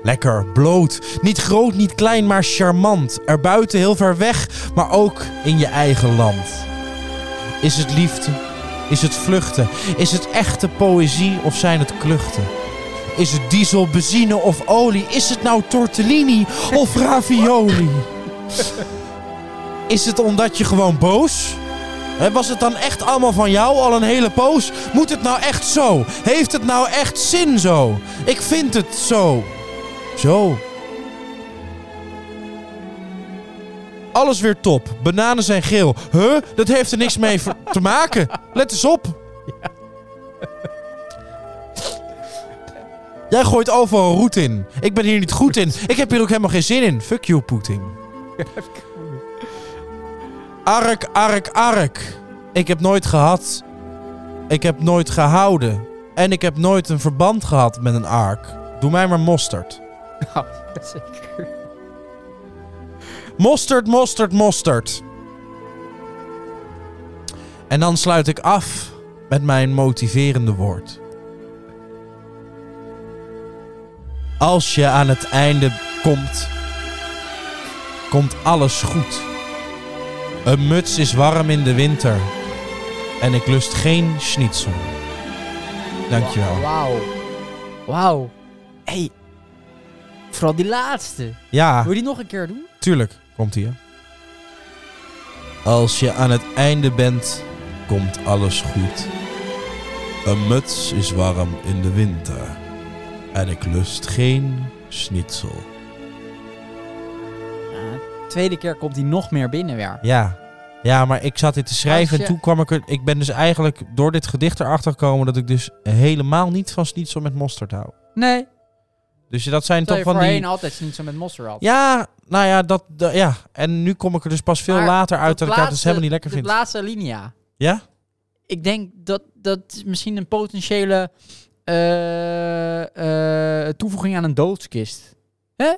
S1: Lekker, bloot, niet groot, niet klein, maar charmant. Erbuiten heel ver weg, maar ook in je eigen land. Is het liefde? Is het vluchten? Is het echte poëzie of zijn het kluchten? Is het diesel, benzine of olie? Is het nou tortellini of ravioli? Is het omdat je gewoon boos? Hè, Was het dan echt allemaal van jou al een hele poos? Moet het nou echt zo? Heeft het nou echt zin zo? Ik vind het zo. Zo. Alles weer top. Bananen zijn geel. Huh? Dat heeft er niks mee ver- te maken. Let eens op. Jij gooit overal roet in. Ik ben hier niet goed in. Ik heb hier ook helemaal geen zin in. Fuck you, Poetin. Ark, ark, ark. Ik heb nooit gehad. Ik heb nooit gehouden. En ik heb nooit een verband gehad met een ark. Doe mij maar mosterd.
S3: Nou, zeker.
S1: Mosterd, mosterd, mosterd. En dan sluit ik af met mijn motiverende woord. Als je aan het einde komt, komt alles goed. Een muts is warm in de winter en ik lust geen schnitzel. Dankjewel.
S3: Wauw. Wauw. Hey. Vooral die laatste.
S1: Ja.
S3: Wil je die nog een keer doen?
S1: Tuurlijk, komt ie. Als je aan het einde bent, komt alles goed. Een muts is warm in de winter. En ik lust geen schnitzel.
S3: tweede keer komt hij nog meer binnen weer.
S1: Ja. Ja, maar ik zat dit te schrijven
S3: Als je-
S1: en toen kwam ik er... Ik ben dus eigenlijk door dit gedicht erachter gekomen... dat ik dus helemaal niet van schnitzel met mosterd hou.
S3: Nee.
S1: Dus dat zijn
S3: Terwijl
S1: toch
S3: je
S1: van
S3: voorheen
S1: die...
S3: altijd niet zo met mosterd had.
S1: Ja, nou ja, dat, dat- ja. En nu kom ik er dus pas veel
S3: Maar
S1: later uit dat ik dat dus
S3: laatste-
S1: helemaal niet lekker
S3: de
S1: vind.
S3: laatste linia.
S1: Ja?
S3: Ik denk dat dat is misschien een potentiële eh, eh, toevoeging aan een doodskist. Hè?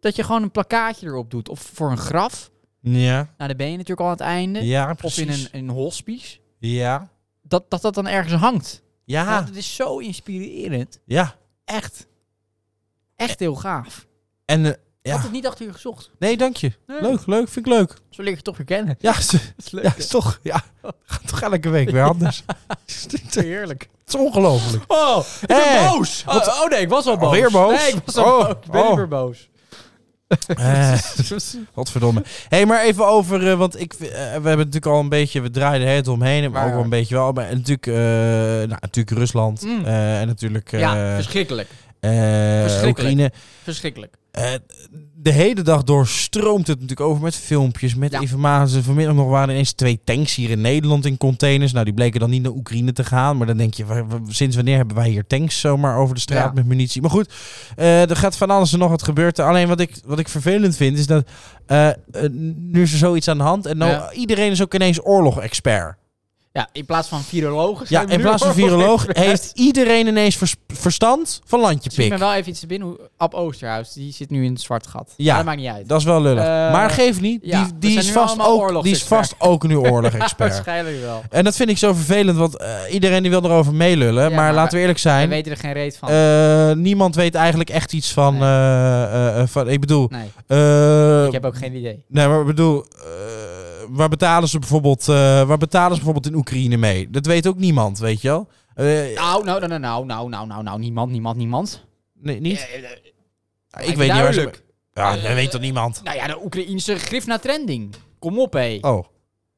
S3: Dat je gewoon een plakkaatje erop doet. Of voor een graf.
S1: Ja.
S3: Nou, daar ben je natuurlijk al aan het einde.
S1: Ja,
S3: of
S1: precies.
S3: in een, een hospice.
S1: Ja.
S3: Dat, dat dat dan ergens hangt.
S1: Ja,
S3: Want het is zo inspirerend.
S1: ja.
S3: Echt. Echt heel gaaf.
S1: En eh,
S3: Had
S1: ja.
S3: het niet achter je gezocht.
S1: Nee, dank je.
S3: Nee.
S1: Leuk, leuk, vind ik leuk.
S3: Zo leer je toch weer kennen.
S1: Ja, is- <laughs>
S3: <laughs> Dat is leuk.
S1: ja is toch. Ja, gaat toch elke week weer
S3: <laughs>
S1: anders. Het
S3: Heerlijk.
S1: is ongelooflijk.
S3: Oh, ik
S1: Hey.
S3: ben boos. Oh, oh nee, ik was al boos.
S1: Alweer boos?
S3: Nee, ik was al
S1: Oh,
S3: boos. Ik ben
S1: oh.
S3: weer boos.
S1: Eh, <laughs> Godverdomme. Hé, hey, maar even over, eh, want ik, eh, we hebben natuurlijk al een beetje, we draaien het omheen, maar
S3: Ja.
S1: ook wel een beetje wel. Maar natuurlijk, eh, nou, natuurlijk Rusland
S3: Mm.
S1: eh, en natuurlijk eh
S3: ja, verschrikkelijk.
S1: eh,
S3: verschrikkelijk.
S1: Oekraïne.
S3: Verschrikkelijk.
S1: Eh, de hele dag door stroomt het natuurlijk over met filmpjes, met
S3: Ja.
S1: informatie. Vanmiddag nog waren er ineens twee tanks hier in Nederland in containers. Nou, die bleken dan niet naar Oekraïne te gaan. Maar dan denk je, wa- wa- sinds wanneer hebben wij hier tanks zomaar over de straat
S3: Ja.
S1: met munitie? Maar goed, eh, er gaat van alles en nog wat gebeuren. Alleen wat ik, wat ik vervelend vind, is dat eh, eh, nu is er zoiets aan de hand. En nou,
S3: Ja.
S1: iedereen is ook ineens oorlog-expert.
S3: Ja, in plaats van virologen. zijn
S1: Ja,
S3: we
S1: in
S3: nu
S1: plaats van
S3: oorlog
S1: viroloog
S3: expert.
S1: heeft iedereen ineens vers- verstand van landje
S3: Schiet me
S1: pik.
S3: wel even iets te binnen. hoe- Ab Oosterhuis, die zit nu in het zwart gat.
S1: Ja.
S3: Maar dat maakt niet uit.
S1: Dat is wel lullig.
S3: Eh,
S1: maar geef niet, die,
S3: ja, we
S1: die,
S3: zijn
S1: is
S3: nu
S1: vast
S3: allemaal
S1: ook, die is vast ook nu
S3: <laughs>
S1: oorlog-expert.
S3: Waarschijnlijk wel.
S1: En dat vind ik zo vervelend, want eh, iedereen die wil erover meelullen.
S3: Ja,
S1: maar,
S3: maar
S1: laten we eerlijk
S3: Wij
S1: zijn,
S3: weten er geen reet van.
S1: eh, niemand weet eigenlijk echt iets van...
S3: Nee.
S1: eh, eh, eh, van ik bedoel...
S3: nee,
S1: eh,
S3: ik heb ook geen idee.
S1: Nee, maar ik bedoel... eh, waar, betalen ze bijvoorbeeld, eh, waar betalen ze bijvoorbeeld in Oekraïne mee? Dat weet ook niemand, weet je wel? Eh,
S3: Nou, nou, nou, nou, nou, nou, nou, nou, niemand, niemand, niemand.
S1: nee, niet?
S3: Lijkt
S1: ik weet niet
S3: me
S1: waar ze...
S3: duidelijk.
S1: Ja, dat weet toch niemand?
S3: Nou ja, de Oekraïnse grif naar trending. Kom op, hé.
S1: Oh.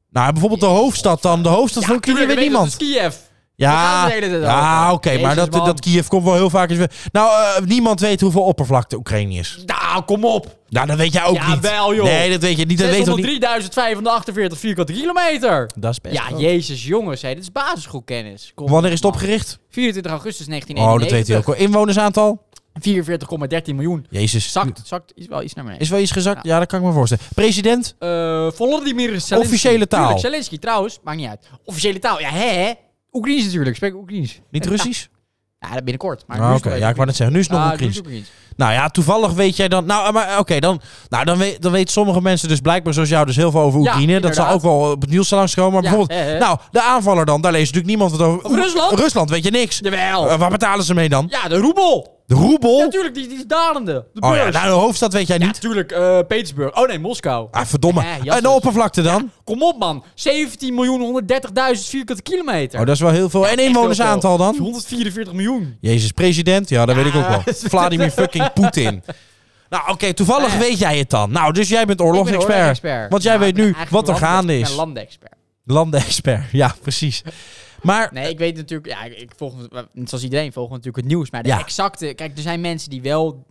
S1: Nou, bijvoorbeeld de hoofdstad dan. De hoofdstad van Oekraïne weet niemand.
S3: Kiev.
S1: Ja,
S3: Daar gaan ze de hele tijd
S1: ja oké,
S3: over.
S1: maar
S3: Jezus,
S1: dat,
S3: man.
S1: dat Kiev komt wel heel vaak eens weer. Nou, eh, niemand weet hoeveel oppervlakte Oekraïne is.
S3: Nou, kom op.
S1: Nou, dat weet jij ook
S3: Ja,
S1: niet.
S3: wel, joh.
S1: Nee, dat weet je niet. Dat weet toch niet.
S3: 603.548 vierkante kilometer.
S1: Dat is best.
S3: Ja, jezus, jongens, hé, dit is basisschoolkennis. Kom
S1: Wanneer is het
S3: op, man.
S1: opgericht?
S3: 24 augustus
S1: Oh, dat weet hij
S3: 1991.
S1: ook. wel. Inwonersaantal?
S3: 44,13 miljoen.
S1: Jezus.
S3: Zakt, zakt, is wel iets naar beneden.
S1: Is wel iets gezakt? Ja, dat kan ik me voorstellen. President?
S3: Eh, Volodymyr Zelensky.
S1: Officiële taal.
S3: Tuurlijk, Zelensky trouwens, maakt niet uit. Officiële taal, ja hè? hè? Oekraïens natuurlijk, spreek Oekraïens.
S1: Niet Russisch?
S3: Ja, dat binnenkort. Maar
S1: Ah,
S3: nu
S1: oké,
S3: is het nog
S1: ja, ik wou net zeggen. Nu is het nog
S3: Ah,
S1: een
S3: nu is
S1: Oekraïens.
S3: het Oekraïens.
S1: Nou ja, toevallig weet jij dan... Nou, maar oké, dan, nou, dan, weet, dan weten sommige mensen dus blijkbaar zoals jou dus heel veel over
S3: Ja,
S1: Oekraïne. dat zal ook
S3: inderdaad.
S1: wel op het nieuws langskomen. Maar
S3: Ja,
S1: bijvoorbeeld,
S3: hè, hè.
S1: nou, de aanvaller dan. Daar leest natuurlijk niemand wat over.
S3: Over Rusland?
S1: Rusland weet je niks.
S3: Jawel.
S1: Eh, waar betalen ze mee dan?
S3: Ja, de roebel.
S1: De roebel?
S3: Ja, natuurlijk, die, die is dalende. De
S1: oh ja,
S3: beurs.
S1: nou, de hoofdstad weet jij
S3: Ja,
S1: niet.
S3: natuurlijk, eh, Petersburg. Oh nee, Moskou.
S1: Ah, verdomme.
S3: Eh, jassen.
S1: en de oppervlakte dan?
S3: Kom op, man. 17.130.000 vierkante kilometer.
S1: Oh, dat is wel heel veel. en inwonersaantal dan?
S3: 144 eh, miljoen.
S1: Jezus, president? Ja, dat weet ik ook wel.
S3: <laughs> dat is-
S1: Vladimir fucking Poetin. Nou, oké, toevallig
S3: Eh.
S1: weet jij het dan. Nou, dus jij bent
S3: Ik ben een
S1: oorlogsexpert.
S3: oorlogsexpert.
S1: Want jij
S3: Nou,
S1: weet
S3: ik ben
S1: nu
S3: eigenlijk
S1: wat er
S3: een land-
S1: gaande
S3: Ik ben
S1: is.
S3: een landexpert.
S1: Landexpert, ja, precies. Maar
S3: Nee, ik weet natuurlijk, ja, ik, ik volg, net zoals iedereen, volgen we natuurlijk het nieuws. Maar de
S1: Ja.
S3: exacte, kijk, er zijn mensen die wel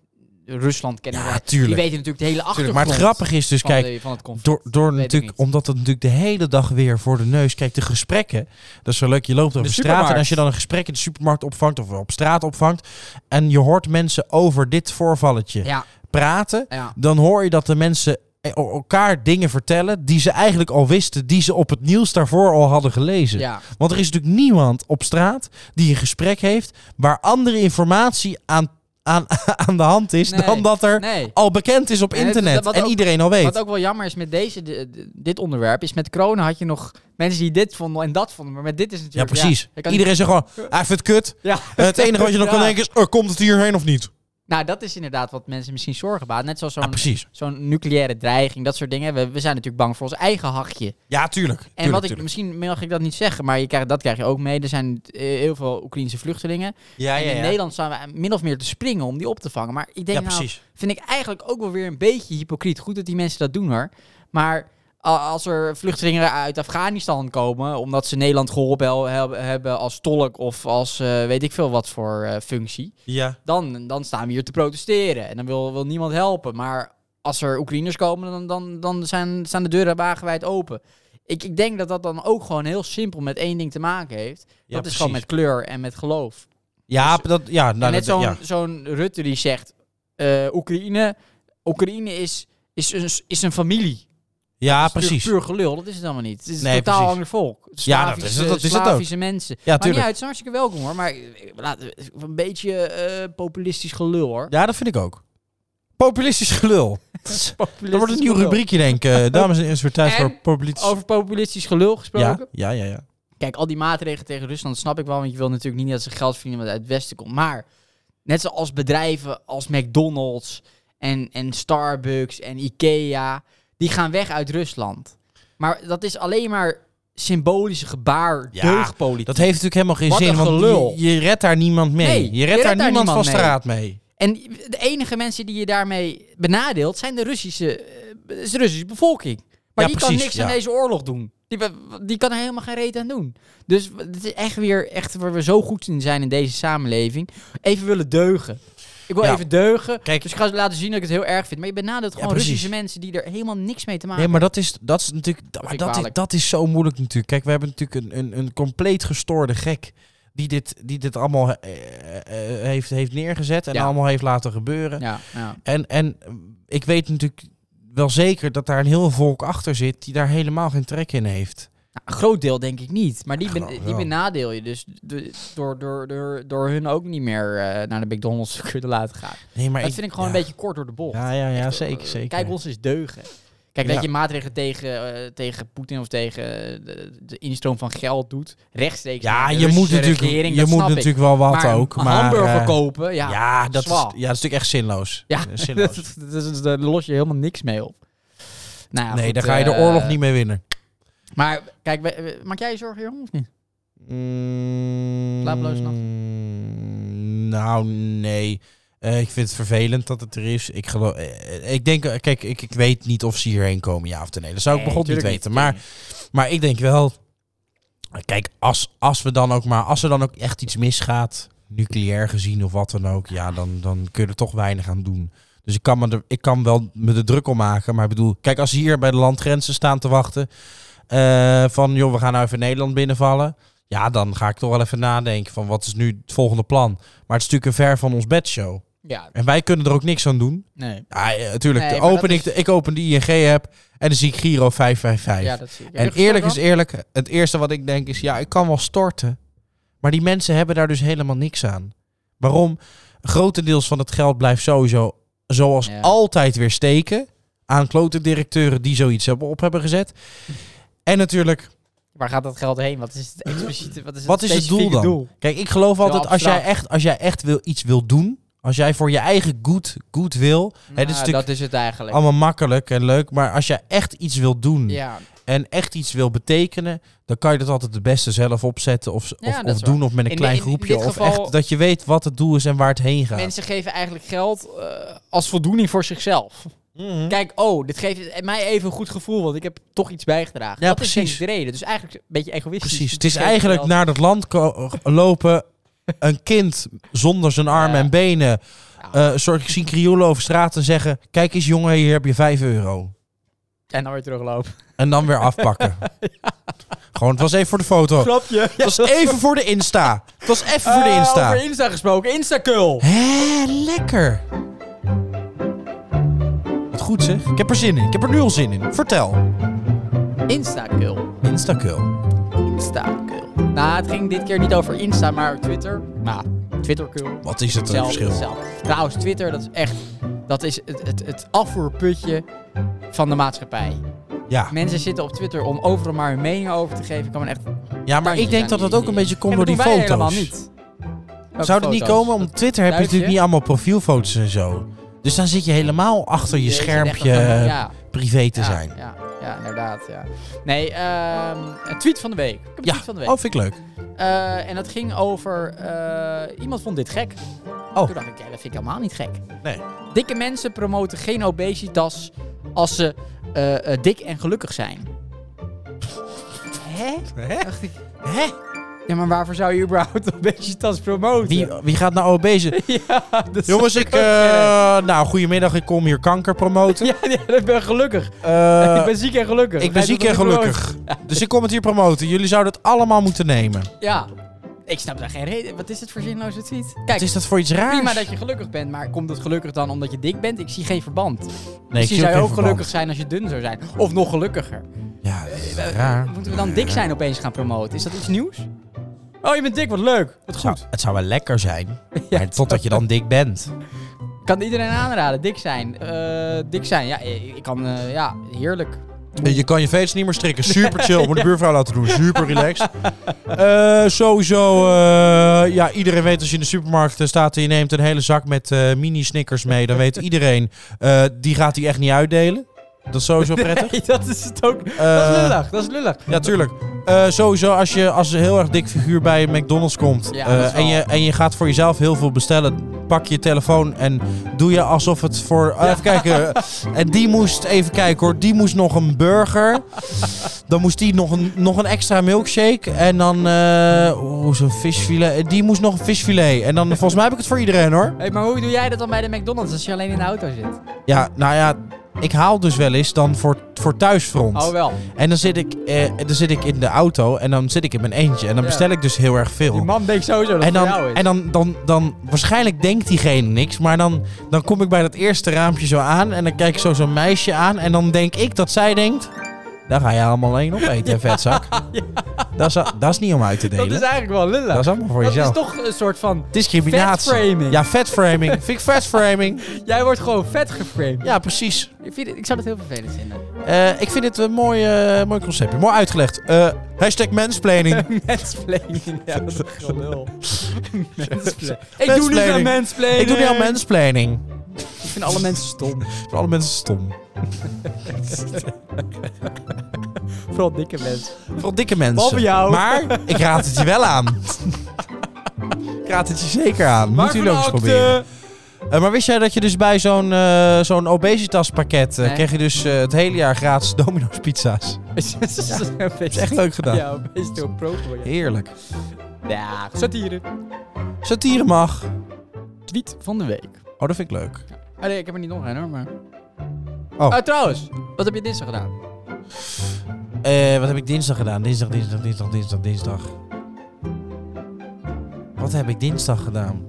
S3: Rusland kennen.
S1: Ja,
S3: maar
S1: tuurlijk.
S3: Die weten natuurlijk de hele achtergrond.
S1: maar het grappige is dus,
S3: van,
S1: kijk,
S3: de- van het conflict.
S1: door, door
S3: Weet ik
S1: natuurlijk,
S3: niet.
S1: omdat het natuurlijk de hele dag weer voor de neus. Kijk, de gesprekken. Dat is zo leuk. Je loopt over straat. En
S3: supermarkt.
S1: als je dan een gesprek in de supermarkt opvangt of op straat opvangt. En je hoort mensen over dit voorvalletje
S3: Ja,
S1: praten.
S3: ja.
S1: Dan hoor je dat de mensen e- elkaar dingen vertellen die ze eigenlijk al wisten, die ze op het nieuws daarvoor al hadden gelezen.
S3: ja.
S1: Want er is natuurlijk niemand op straat die een gesprek heeft waar andere informatie aan, aan, <laughs> aan de hand is
S3: Nee.
S1: dan dat er
S3: Nee.
S1: al bekend is op
S3: En het-
S1: internet
S3: wat
S1: en
S3: ook-
S1: iedereen al weet.
S3: Wat ook wel jammer is met deze, de- de- dit onderwerp, is met corona had je nog mensen die dit vonden en dat vonden. Maar met dit is
S1: Ja,
S3: natuurlijk...
S1: precies.
S3: je kan niet-
S1: Iedereen zegt gewoon, "Ah, hij vindt het kut. Eh,
S3: Ja.
S1: Het enige wat je dan
S3: <laughs> Ja.
S1: kan denken is, eh, komt het hierheen of niet?
S3: Nou, dat is inderdaad wat mensen misschien zorgen baat. Net zoals
S1: Ja,
S3: zo'n
S1: precies.
S3: zo'n nucleaire dreiging, dat soort dingen. We, we zijn natuurlijk bang voor ons eigen hachje.
S1: Ja, tuurlijk.
S3: En
S1: tuurlijk,
S3: wat ik,
S1: tuurlijk.
S3: misschien mag ik dat niet zeggen, maar je krijgt, dat krijg je ook mee. Er zijn eh, heel veel Oekraïnse vluchtelingen.
S1: Ja,
S3: en in Nederland staan we min of meer te springen om die op te vangen. Maar ik denk,
S1: Ja,
S3: nou,
S1: precies.
S3: vind ik eigenlijk ook wel weer een beetje hypocriet. Goed dat die mensen dat doen hoor. Maar a- als er vluchtelingen uit Afghanistan komen, omdat ze Nederland geholpen hel- hel- hebben als tolk of als eh, weet ik veel wat voor eh, functie
S1: Ja.
S3: dan, dan staan we hier te protesteren. En dan wil, wil niemand helpen. Maar als er Oekraïners komen, dan, dan, dan zijn, staan de deuren wagenwijd open. Ik, ik denk dat dat dan ook gewoon heel simpel met één ding te maken heeft. dat is gewoon met
S1: precies.
S3: kleur en met geloof.
S1: Ja, dat, ja, nou,
S3: en net
S1: dat-
S3: zo'n
S1: ja.
S3: zo'n Rutte die zegt... eh, Oekraïne, Oekraïne is, is, een, is een familie.
S1: ja
S3: Dat is puur-
S1: precies.
S3: Puur gelul, dat is het allemaal niet. Het is
S1: Nee,
S3: een totaal
S1: precies.
S3: ander volk.
S1: Ja, dat is-
S3: Slavische-
S1: dat is het ook.
S3: Slavische mensen. Ja, maar
S1: tuurlijk.
S3: niet uit, het is hartstikke welkom hoor. Maar eh, laten we- een beetje eh, populistisch gelul hoor.
S1: Ja, dat vind ik ook. Populistisch gelul.
S3: Populistisch
S1: Er wordt een nieuw
S3: gelul.
S1: rubriekje, denk ik. Eh, Dames en heren, het is weer tijd
S3: En
S1: voor populistisch...
S3: Over populistisch gelul
S1: Ja,
S3: gesproken.
S1: ja, ja, ja.
S3: Kijk, al die maatregelen tegen Rusland snap ik wel. Want je wil natuurlijk niet dat ze geld verdienen wat uit het Westen komt. Maar net zoals bedrijven als McDonald's en, en Starbucks en Ikea. Die gaan weg uit Rusland. Maar dat is alleen maar symbolische gebaar,
S1: Ja,
S3: deugdpolitiek.
S1: Dat heeft natuurlijk helemaal geen
S3: Wat
S1: zin,
S3: een gelul.
S1: want je, je redt daar niemand mee.
S3: Nee,
S1: je, redt daar niemand, van
S3: mee.
S1: straat mee.
S3: En de enige mensen die je daarmee benadeelt zijn de Russische, eh, is de Russische bevolking.
S1: Ja,
S3: Maar die
S1: precies,
S3: kan niks
S1: ja.
S3: aan deze oorlog doen. Die, be- die kan er helemaal geen reet aan doen. Dus w- het is echt weer echt waar we zo goed in zijn in deze samenleving. Even willen deugen. Ik wil
S1: Ja.
S3: even deugen.
S1: Kijk.
S3: dus ik ga ze laten zien dat ik het heel erg vind. Maar je benadeelt gewoon
S1: precies.
S3: Russische mensen die er helemaal niks mee te maken
S1: Nee,
S3: hebben.
S1: maar dat is, dat is natuurlijk. Dat, maar
S3: ik
S1: dat, is,
S3: kwalijk.
S1: dat is zo moeilijk natuurlijk. Kijk, we hebben natuurlijk een, een, een compleet gestoorde gek. Die dit, die dit allemaal eh, eh, eh, heeft, heeft neergezet en
S3: Ja.
S1: allemaal heeft laten gebeuren.
S3: Ja, ja.
S1: En, en ik weet natuurlijk wel zeker dat daar een heel volk achter zit die daar helemaal geen trek in heeft.
S3: Nou, een groot deel denk ik niet. Maar die, ben-
S1: geloof
S3: die
S1: wel.
S3: benadeel je dus de- door, door, door, door hun ook niet meer eh, naar de McDonald's kunnen laten gaan.
S1: Nee, maar
S3: dat vind ik gewoon een beetje kort door de bocht.
S1: Ja, ja, ja,
S3: Echt,
S1: zeker,
S3: eh,
S1: zeker.
S3: Kijk, ons is deugen. Kijk,
S1: Ja.
S3: dat je maatregelen tegen, eh, tegen Poetin of tegen eh, de, de instroom van geld doet, rechtstreeks
S1: ja,
S3: naar de
S1: je moet
S3: Russische
S1: natuurlijk,
S3: regering,
S1: je
S3: dat
S1: moet
S3: snap ik.
S1: natuurlijk wel wat
S3: Maar een-
S1: ook.
S3: een
S1: maar,
S3: hamburger
S1: eh,
S3: kopen, ja.
S1: Ja, dat, is, ja, dat
S3: zwaar.
S1: is natuurlijk echt
S3: <laughs>
S1: zinloos.
S3: Ja,
S1: Eh,
S3: dat,
S1: zinloos.
S3: is- dat is- daar los je helemaal niks mee op. Nou, ja,
S1: nee,
S3: goed,
S1: daar ga je de
S3: eh,
S1: oorlog niet mee winnen.
S3: Maar kijk, we- we- maak jij je zorgen, jongen, of niet? Slapeloze nacht?
S1: Mm, Nou, nee. Eh, ik vind het vervelend dat het er is. Ik, geloof, eh, ik denk, eh, kijk, ik, ik weet niet of ze hierheen komen, ja of nee. Dat zou ik
S3: Nee,
S1: begon niet
S3: tuurlijk
S1: weten. Maar, maar ik denk wel, kijk, als, als we dan ook maar, als er dan ook echt iets misgaat, nucleair gezien of wat dan ook, ja, dan, dan kun je er toch weinig aan doen. Dus ik kan, me er, ik kan wel me de druk om maken. Maar ik bedoel, kijk, als ze hier bij de landgrenzen staan te wachten. eh, van joh, we gaan nou even Nederland binnenvallen. Ja, dan ga ik toch wel even nadenken van wat is nu het volgende plan. Maar het is natuurlijk een ver van ons bedshow.
S3: Ja,
S1: En wij kunnen er ook niks aan doen.
S3: nee.
S1: Ja, eh, natuurlijk.
S3: Nee, maar
S1: open
S3: dat
S1: ik, de- ik open die ING-app en dan zie ik Giro 555.
S3: Ja, dat zie ik.
S1: en eerlijk is eerlijk, het eerste wat ik denk is, ja, ik kan wel storten. Maar die mensen hebben daar dus helemaal niks aan. Waarom? Grotendeels van het geld blijft sowieso, zoals
S3: Ja.
S1: altijd, weer steken. Aan klote directeuren die zoiets hebben op hebben gezet. En natuurlijk
S3: Waar gaat dat geld heen?
S1: <laughs>
S3: Wat is het expliciete? Wat is het,
S1: Wat is het doel
S3: specifieke
S1: dan? Kijk, ik geloof altijd als jij
S3: abstract.
S1: echt, als jij echt wil, iets wil doen. Als jij voor je eigen goed, goed wil. hè, dit is
S3: Nou,
S1: natuurlijk
S3: dat is het eigenlijk.
S1: allemaal makkelijk en leuk. Maar als jij echt iets wil doen
S3: Ja,
S1: en echt iets wil betekenen. dan kan je dat altijd het beste zelf opzetten. Of,
S3: Ja,
S1: of,
S3: dat
S1: of
S3: is waar.
S1: doen of met een
S3: In
S1: klein
S3: di- in
S1: groepje.
S3: dit
S1: Of
S3: geval-
S1: echt dat je weet wat het doel is en waar het heen gaat.
S3: mensen geven eigenlijk geld eh, als voldoening voor zichzelf.
S1: Mhm.
S3: Kijk, oh, dit geeft mij even een goed gevoel, want ik heb toch iets bijgedragen.
S1: Ja,
S3: dat is
S1: precies.
S3: denk ik de reden. Dus eigenlijk een beetje egoïstisch. Dus
S1: Precies. Het
S3: Je
S1: is
S3: geeft
S1: eigenlijk
S3: geld.
S1: naar dat land ko- lopen. Een kind zonder zijn armen
S3: Ja.
S1: en benen.
S3: Ja.
S1: eh soort zien krioelen over straat en zeggen: Kijk eens, jongen, hier heb je 5 euro.
S3: En dan weer teruglopen.
S1: En dan weer afpakken.
S3: <laughs>
S1: Gewoon, het was even voor de foto. Het
S3: Grapje. Ja,
S1: was even voor de Insta. Het was even voor de
S3: Eh,
S1: Insta.
S3: over Insta gesproken. Instakul.
S1: Hé, lekker. Wat goed zeg. Ik heb er zin in. Ik heb er nu al zin in. Vertel.
S3: Instakul.
S1: Instakul.
S3: Instakul. Nou, het ging dit keer niet over Insta, maar over Twitter. Nou, Twitterkul.
S1: Wat is het een
S3: Hetzelfde,
S1: verschil?
S3: hetzelfde. Trouwens, Twitter, dat is echt... Dat is het, het, het afvoerputje van de maatschappij.
S1: Ja.
S3: Mensen zitten op Twitter om overal maar hun mening over te geven. Ik Kan men echt...
S1: ja, maar
S3: kan
S1: ik
S3: je
S1: denk
S3: daar
S1: dat dat
S3: niet
S1: ook een
S3: in.
S1: beetje komt
S3: En
S1: door
S3: dat
S1: die
S3: doen wij helemaal
S1: foto's.
S3: niet. Welke
S1: Zou dat niet
S3: foto's?
S1: komen? Om Twitter heb je
S3: Duifje?
S1: natuurlijk niet allemaal profielfoto's en zo. Dus dan zit je helemaal achter je
S3: Jezus, echt
S1: schermpje
S3: dat kan-
S1: eh,
S3: ja,
S1: privé te
S3: ja,
S1: zijn.
S3: Ja, ja, inderdaad. Ja. Nee, ehm, een tweet van de week. Ik heb een
S1: Ja,
S3: tweet van de week.
S1: oh, vind ik leuk.
S3: Eh, en dat ging over... eh, iemand vond dit gek.
S1: Oh.
S3: Toen dacht ik, ja, dat vind ik helemaal niet gek.
S1: Nee.
S3: Dikke mensen promoten geen obesitas als ze eh, eh, dik en gelukkig zijn.
S1: <laughs>
S3: Hè?
S1: Hè?
S3: Dacht ik,
S1: Hè?
S3: ja, maar waarvoor zou je überhaupt obesitas promoten?
S1: Wie, wie gaat nou obese?
S3: <laughs> Ja, dus- dat is-
S1: Jongens, ik... eh, nou, goedemiddag. Ik kom hier kanker promoten.
S3: <laughs> Ja, ja, ik ben gelukkig.
S1: Eh,
S3: <laughs> ik ben ziek en gelukkig.
S1: ik ben
S3: Kijk,
S1: ziek
S3: dat
S1: en
S3: ik promoot.
S1: gelukkig. Dus ik kom het hier promoten. Jullie zouden het allemaal moeten nemen.
S3: Ja. Ik snap daar geen reden. Wat is het voor zinloze tweet? Kijk,
S1: Wat is dat voor iets raars?
S3: prima dat je gelukkig bent, maar komt het gelukkig dan omdat je dik bent? Ik zie geen verband.
S1: nee,
S3: Misschien
S1: zie
S3: zou je
S1: geen
S3: ook gelukkig
S1: verband.
S3: zijn als je dun zou zijn. Of nog gelukkiger.
S1: Ja, dat is
S3: Eh,
S1: raar.
S3: Moeten we dan dik zijn opeens gaan promoten? Is dat iets nieuws? Oh, je bent dik, wat leuk. Wat
S1: Het zou,
S3: goed.
S1: Nou, het zou wel lekker zijn,
S3: <laughs> Ja.
S1: maar totdat je dan dik bent.
S3: Nou, Kan iedereen aanraden, dik zijn. Eh, dik zijn, ja, eh, ik kan, eh, ja, heerlijk.
S1: Eh, Je kan je feest niet meer strikken. Super chill. Moet de buurvrouw laten doen. Super relaxed. <laughs> Eh, sowieso, eh, ja, iedereen weet als je in de supermarkt eh, staat en je neemt een hele zak met eh, mini-snickers mee. Dan weet iedereen, eh, die gaat die echt niet uitdelen. Dat is sowieso prettig.
S3: <laughs> Nee, dat is het ook. dat is
S1: Eh,
S3: lullig, dat is lullig.
S1: Ja, tuurlijk. Eh, sowieso, als je als een heel erg dik figuur bij McDonald's komt
S3: Ja,
S1: eh,
S3: dat is wel-
S1: en, je, en je gaat voor jezelf heel veel bestellen, pak je telefoon en doe je alsof het voor... Ah, Even
S3: <laughs>
S1: kijken. En die moest, even kijken hoor, die moest nog een burger. Dan moest die nog een, nog een extra milkshake. En dan eh, oh, zo'n visfilet. En Die moest nog een visfilet. En dan volgens mij heb ik het voor iedereen hoor.
S3: Hey, maar hoe doe jij dat dan bij de McDonald's als je alleen in de auto zit?
S1: Ja, nou ja, ik haal dus wel eens dan voor, voor thuisfront.
S3: Oh wel.
S1: En dan zit, ik, eh, dan zit ik in de auto en dan zit ik in mijn eentje. En dan
S3: Ja.
S1: bestel ik dus heel erg
S3: Die
S1: veel.
S3: man denkt sowieso dat
S1: En,
S3: het voor
S1: dan,
S3: jou is.
S1: en dan, dan, dan, waarschijnlijk denkt diegene niks, maar dan, dan kom ik bij dat eerste raampje zo aan en dan kijk ik zo zo'n meisje aan en dan denk ik dat zij denkt, daar ga je allemaal alleen op
S3: <laughs>
S1: eten, vetzak. Dat, is, dat is niet om uit te delen.
S3: dat is eigenlijk wel lullig.
S1: Dat is allemaal voor
S3: Dat
S1: jezelf.
S3: is toch een soort van...
S1: Discriminatie.
S3: vetframing.
S1: Ja, fatframing. Vind ik fatframing.
S3: Jij wordt gewoon vet geframed.
S1: Ja, precies.
S3: Ik, vind het- ik zou dat heel vervelend vinden. <laughs>
S1: Eh, ik vind dit een mooi, eh, mooi conceptje. Mooi uitgelegd. Eh hashtag mansplaining.
S3: Mansplaining. Ja, dat is echt wel <laughs> lul. Mansplaining. Ik doe niet aan
S1: Mansplaining.
S3: mansplaining.
S1: ik doe niet aan mansplaining.
S3: Ik vind Eh, alle mensen stom.
S1: <laughs> Voor alle mensen stom.
S3: Vooral dikke mensen.
S1: Vooral dikke mensen.
S3: Behalve jou.
S1: Maar ik raad het je wel aan. ik raad het je zeker aan. Moet u ook eens proberen. Eh, maar wist jij dat je dus bij zo'n eh zo'n obesitaspakket... eh,
S3: Nee.
S1: kreeg je dus eh, het hele jaar gratis <laughs> Domino's pizza's.
S3: <laughs> Het is
S1: Echt leuk gedaan.
S3: Ja, een beetje heel pro voor je.
S1: Heerlijk.
S3: Ja, satire.
S1: Satire mag.
S3: Tweet van de week.
S1: Oh, dat vind ik leuk.
S3: Ah nee, ik heb er niet nog een hoor, maar...
S1: Oh.
S3: Ah, trouwens, wat heb je dinsdag gedaan?
S1: Eh, wat heb ik dinsdag gedaan? Dinsdag, dinsdag, dinsdag, dinsdag, dinsdag. Wat heb ik dinsdag gedaan?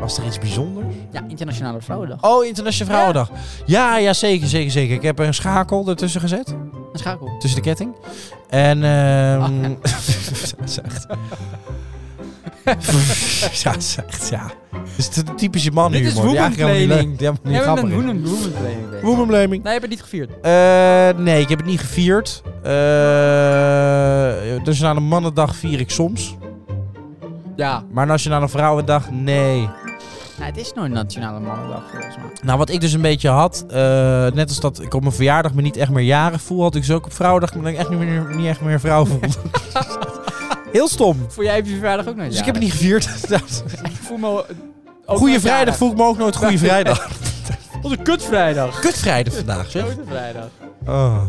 S1: Was er iets bijzonders?
S3: Ja, Internationale Vrouwendag.
S1: Oh, Internationale Vrouwendag. Ja, ja, zeker, zeker, zeker. Ik heb een schakel ertussen gezet.
S3: Een schakel.
S1: Tussen de ketting. En ehm <laughs>
S3: Ah,
S1: ja, <laughs> zegt. ja, zegt, ja. Het is de typische man
S3: Dit
S1: nu,
S3: is
S1: man. Die eigenlijk helemaal niet leuk-
S3: womanblaming.
S1: die helemaal niet
S3: Jij bent
S1: grappig
S3: een
S1: is.
S3: hoenen- hoenenblaming bezig.
S1: Womanblaming.
S3: Nee, heb je niet gevierd.
S1: Eh, nee, ik heb het niet gevierd. Eh nationale Mannendag vier ik soms.
S3: Ja.
S1: Maar Nationale Vrouwendag, nee.
S3: Nou, het is nooit Nationale Mannendag volgens mij.
S1: Nou, wat ik dus een beetje had, eh, net als dat ik op mijn verjaardag me niet echt meer jaren voel, had ik dus ook op Vrouwendag me dat ik echt niet, meer, niet echt meer vrouw voel. <laughs> Heel stom.
S3: Voor jij heb je verjaardag ook nooit
S1: Dus ik heb het niet <laughs> gevierd.
S3: niet... Ik voel me...
S1: Goeie vrijdag voel ik me ook nooit Goeie
S3: <laughs>
S1: vrijdag.
S3: Wat een kutvrijdag.
S1: Kutvrijdag vandaag, zeg.
S3: Grote vrijdag.
S1: Oh.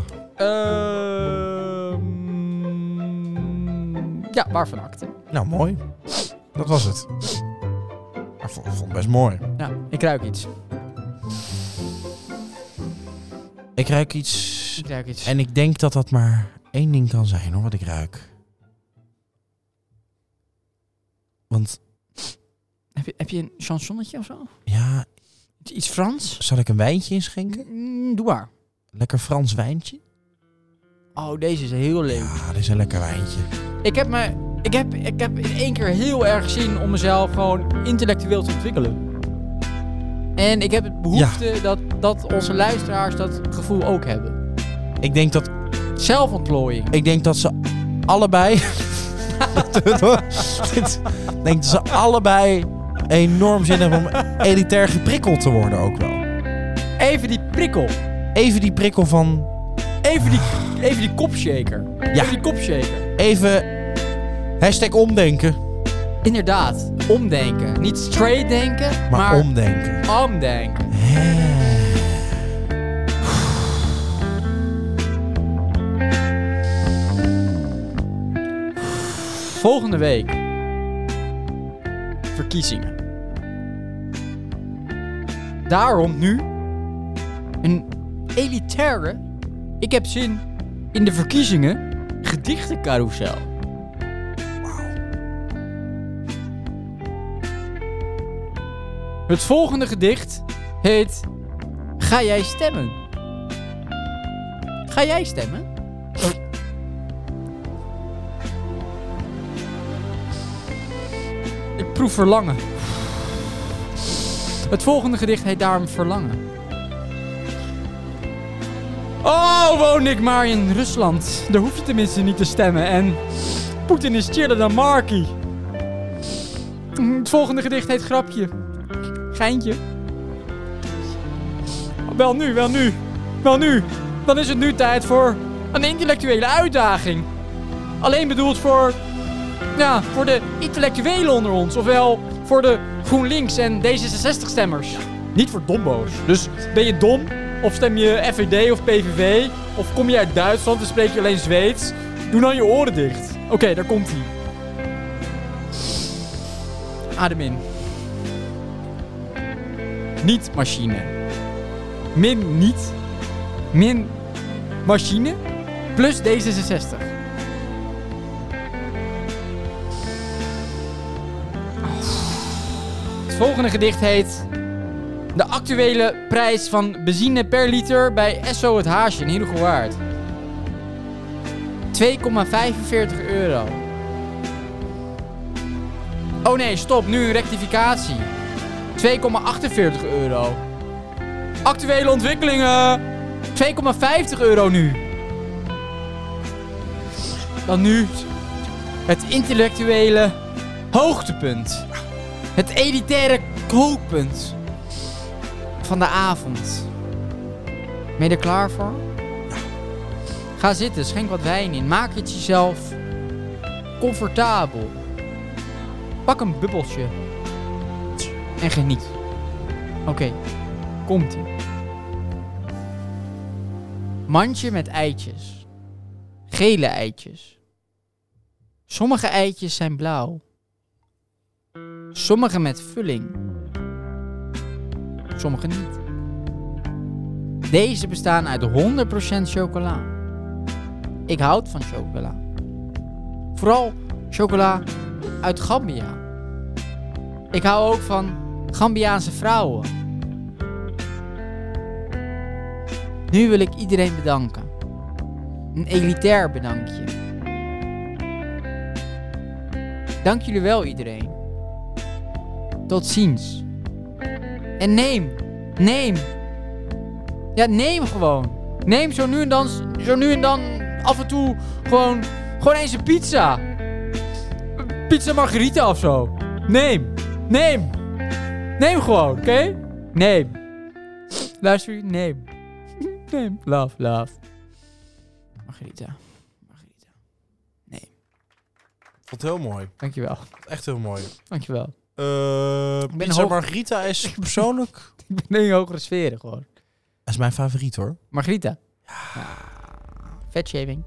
S3: Ehm ja, waarvan acte?
S1: Nou, mooi. Dat was het. Ik vond, ik vond het best mooi.
S3: Ja, ik ruik iets.
S1: Ik ruik iets
S3: Ik ruik iets.
S1: En ik denk dat dat maar één ding kan zijn hoor, wat ik ruik. Want
S3: Heb, je, heb je een chansonnetje of zo?
S1: ja,
S3: Iets Frans?
S1: zal ik een wijntje inschenken?
S3: Mm, doe maar.
S1: Lekker Frans wijntje?
S3: Oh, deze is heel leuk.
S1: Ja, dit is een lekker wijntje.
S3: Ik heb me... Ik heb, ik heb in één keer heel erg zin om mezelf gewoon intellectueel te ontwikkelen. En ik heb het behoefte dat, dat onze luisteraars dat gevoel ook hebben.
S1: Ik denk dat,
S3: Zelfontplooiing.
S1: ik denk dat ze allebei... <laughs> ik denk dat ze allebei enorm zin hebben om elitair geprikkeld te worden ook wel.
S3: Even die prikkel.
S1: Even die prikkel van...
S3: Even die, even die kopshaker. Even die kopshaker.
S1: Even... Hashtag omdenken,
S3: Inderdaad, omdenken. Niet straight denken,
S1: maar,
S3: maar,
S1: omdenken.
S3: omdenken. Volgende week. Verkiezingen. Daarom nu een elitaire. Ik heb zin in de verkiezingen. Gedichtencarousel. Het volgende gedicht heet Ga jij stemmen? Ga jij stemmen? Ik proef verlangen. Het volgende gedicht heet daarom Verlangen. Oh, woon ik maar in Rusland. Daar hoef je tenminste niet te stemmen. En Poetin is chiller dan Marky. Mm, Het volgende gedicht heet Grapje. Geintje. Wel nu, wel nu. Wel nu. Dan is het nu tijd voor een intellectuele uitdaging. Alleen bedoeld voor Ja, voor de intellectuelen onder ons. Ofwel voor de GroenLinks en D66-stemmers. Niet voor dombo's. Dus ben je dom? Of stem je FVD of PVV? Of kom je uit Duitsland en spreek je alleen Zweeds? Doe dan je oren dicht. Oké, daar komt ie. Adem in. Niet machine. Min niet. Min machine. Plus D66. Het volgende gedicht heet... De actuele prijs van benzine per liter bij Esso het Haasje in Heerlijke 2,45 euro. Oh nee, stop. Nu een rectificatie. 2,48 euro. Actuele ontwikkelingen. 2,50 euro nu. Dan nu het intellectuele hoogtepunt. Het elitaire kookpunt van de avond. Ben je er klaar voor? Ga zitten, schenk wat wijn in. Maak het jezelf comfortabel. Pak een bubbeltje. En geniet. Oké, komt ie. Mandje met eitjes. Gele eitjes. Sommige eitjes zijn blauw. Sommige met vulling. Sommige niet. Deze bestaan uit 100% chocola. Ik houd van chocola. Vooral chocola uit Gambia. Ik hou ook van Gambiaanse vrouwen. Nu wil ik iedereen bedanken. Een elitair bedankje. Dank jullie wel iedereen. Tot ziens. En neem, neem. Ja, neem gewoon. Neem zo nu en dan, zo nu en dan af en toe gewoon, gewoon eens een pizza. Pizza margarita of zo. Neem, neem. Neem gewoon, oké? Neem. Luister, jullie? neem. <laughs> Neem. Love, love. Margarita. Margarita.
S1: Vond het heel mooi.
S3: Dankjewel.
S1: Echt heel mooi.
S3: Dankjewel.
S1: Eh
S3: ben
S1: pizza
S3: hoog-
S1: Margarita <laughs> is persoonlijk...
S3: Ik ben in hogere sferen gewoon.
S1: Dat is mijn favoriet hoor.
S3: Margarita. Vet shaving.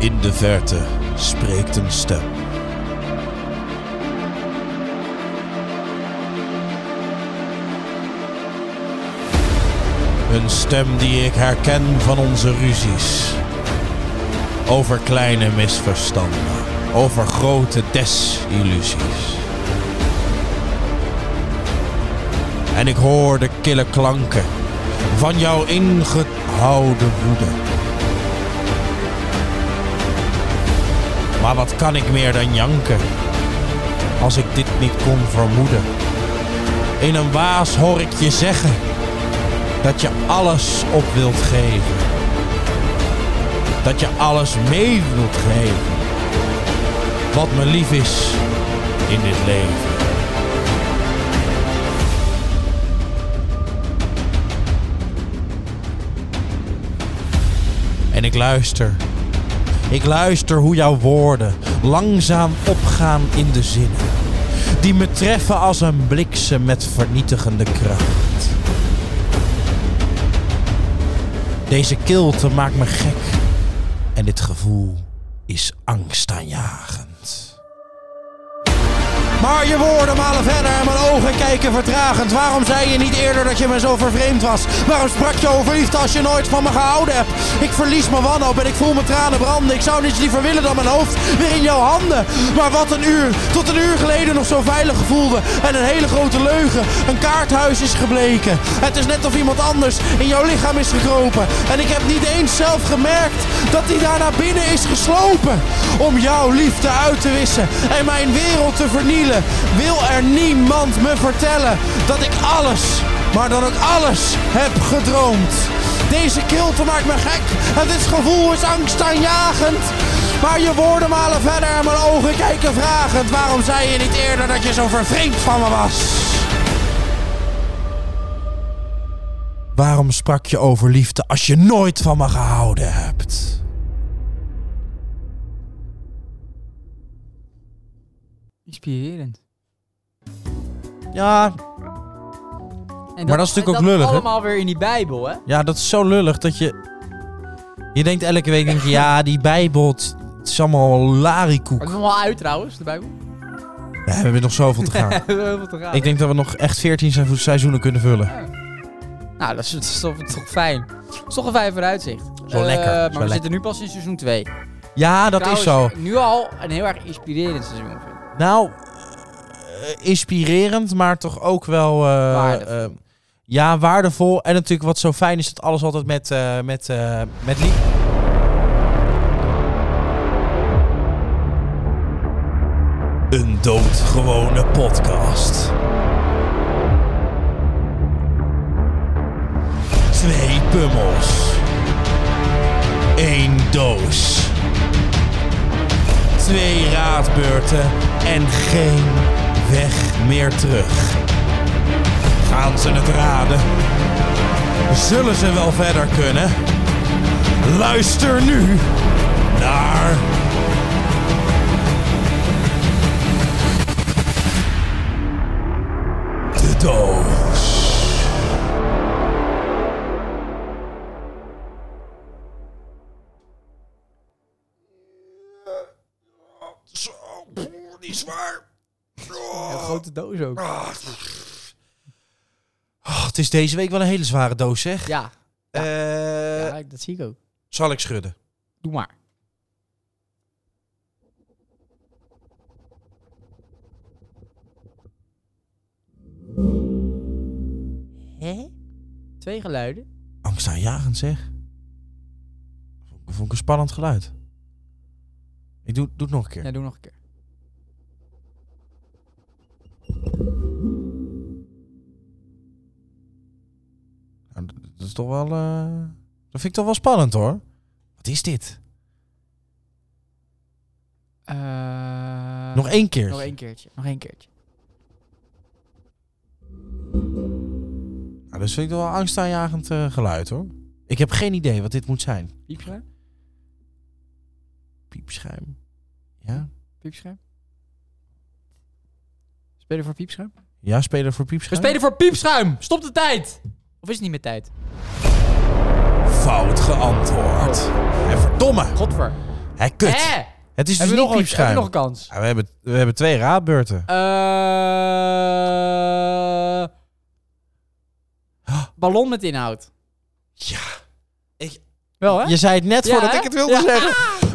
S1: In de verte spreekt een stem. Een stem die ik herken van onze ruzies. Over kleine misverstanden. Over grote desillusies. En ik hoor de kille klanken van jouw ingehouden woede. Maar wat kan ik meer dan janken? Als ik dit niet kon vermoeden. In een waas hoor ik je zeggen dat je alles op wilt geven. Dat je alles mee wilt geven. Wat me lief is in dit leven. En ik luister ik luister hoe jouw woorden langzaam opgaan in de zinnen. Die me treffen als een bliksem met vernietigende kracht. Deze kilte maakt me gek. En dit gevoel is angstaanjagend. Maar je woorden malen verder en mijn ogen kijken vertragend. Waarom zei je niet eerder dat je me zo vervreemd was? Waarom sprak je over liefde als je nooit van me gehouden hebt? Ik verlies mijn wanhoop en ik voel mijn tranen branden. Ik zou niets liever willen dan mijn hoofd weer in jouw handen. Maar wat een uur, tot een uur geleden nog zo veilig gevoelde. En een hele grote leugen, een kaarthuis is gebleken. Het is net of iemand anders in jouw lichaam is gekropen. En ik heb niet eens zelf gemerkt dat hij daar naar binnen is geslopen. Om jouw liefde uit te wissen en mijn wereld te vernielen. Wil er niemand me vertellen dat ik alles, maar dan ook alles, heb gedroomd. Deze kilte maakt me gek en dit gevoel is angstaanjagend. Maar je woorden malen verder en mijn ogen kijken vragend. Waarom zei je niet eerder dat je zo vervreemd van me was? Waarom sprak je over liefde als je nooit van me gehouden hebt?
S3: Inspirerend.
S1: Ja, Maar dat is natuurlijk ook lullig, hè?
S3: allemaal weer in die Bijbel, hè?
S1: ja, dat is zo lullig dat je... Je denkt elke week, denk je, ja, die Bijbel, het het is allemaal
S3: Maar
S1: larikoek.
S3: het is nog wel uit trouwens, de <laughs> Bijbel.
S1: Ja, we hebben nog zoveel te
S3: <laughs>
S1: gaan.
S3: We hebben heel veel te gaan.
S1: Ik denk dat we nog echt 14 seizo- seizoenen kunnen vullen.
S3: Nou, dat is, dat is toch, dat is toch fijn. Dat is toch een fijn vooruitzicht.
S1: Zo
S3: Eh,
S1: lekker, is
S3: Maar
S1: wel
S3: we
S1: lekker.
S3: zitten nu pas in seizoen 2.
S1: Ja,
S3: Nou
S1: dat is zo.
S3: Nu al een heel erg inspirerend seizoen. Vind. ik.
S1: Nou, eh, inspirerend, maar toch ook wel... eh,
S3: Waardevol.
S1: eh, ja, waardevol. En natuurlijk wat zo fijn is, dat alles altijd met, eh, met, eh, met liefde... Een doodgewone podcast. Twee pummels. Eén doos. Twee raadbeurten en geen weg meer terug. Gaan ze het raden? Zullen ze wel verder kunnen? Luister nu naar. De doos. Zo, poeh, niet zwaar.
S3: Een grote doos ook.
S1: Ah, het is deze week wel een hele zware doos, zeg.
S3: Ja,
S1: Eh,
S3: ja, dat zie ik ook.
S1: Zal ik schudden?
S3: Doe maar. Twee geluiden.
S1: Angstaanjagend, zeg. Vond ik- Vond ik een spannend geluid. Ik doe, doe het nog een keer.
S3: Ja, doe nog een keer.
S1: Nou, d- dat is toch wel... eh, Dat vind ik toch wel spannend, hoor. Wat is dit?
S3: Eh,
S1: Nog één keer.
S3: nog één keertje. Nog één keertje.
S1: Nou, dat vind ik toch wel een angstaanjagend eh, geluid, hoor. Ik heb geen idee wat dit moet zijn.
S3: Piepscherm?
S1: Piepschuim. Ja?
S3: Piepscherm? Spelen voor piepscherm?
S1: Ja, speler voor
S3: We
S1: piepschuim?
S3: spelen voor piepschuim. Stop de tijd. Of is het niet meer tijd?
S1: Fout geantwoord. En verdomme.
S3: Godver.
S1: Hij kut.
S3: Oh. Hè?
S1: Het is dus
S3: Hebben
S1: niet
S3: we nog een, hebben we
S1: piepschuim.
S3: nog een kans?
S1: Ja, we, hebben, we hebben twee raadbeurten.
S3: Eh Ballon met inhoud.
S1: Ja. Ik,
S3: Wel, hè?
S1: je zei het net
S3: Ja,
S1: voordat
S3: hè?
S1: ik het wilde
S3: Ja.
S1: zeggen.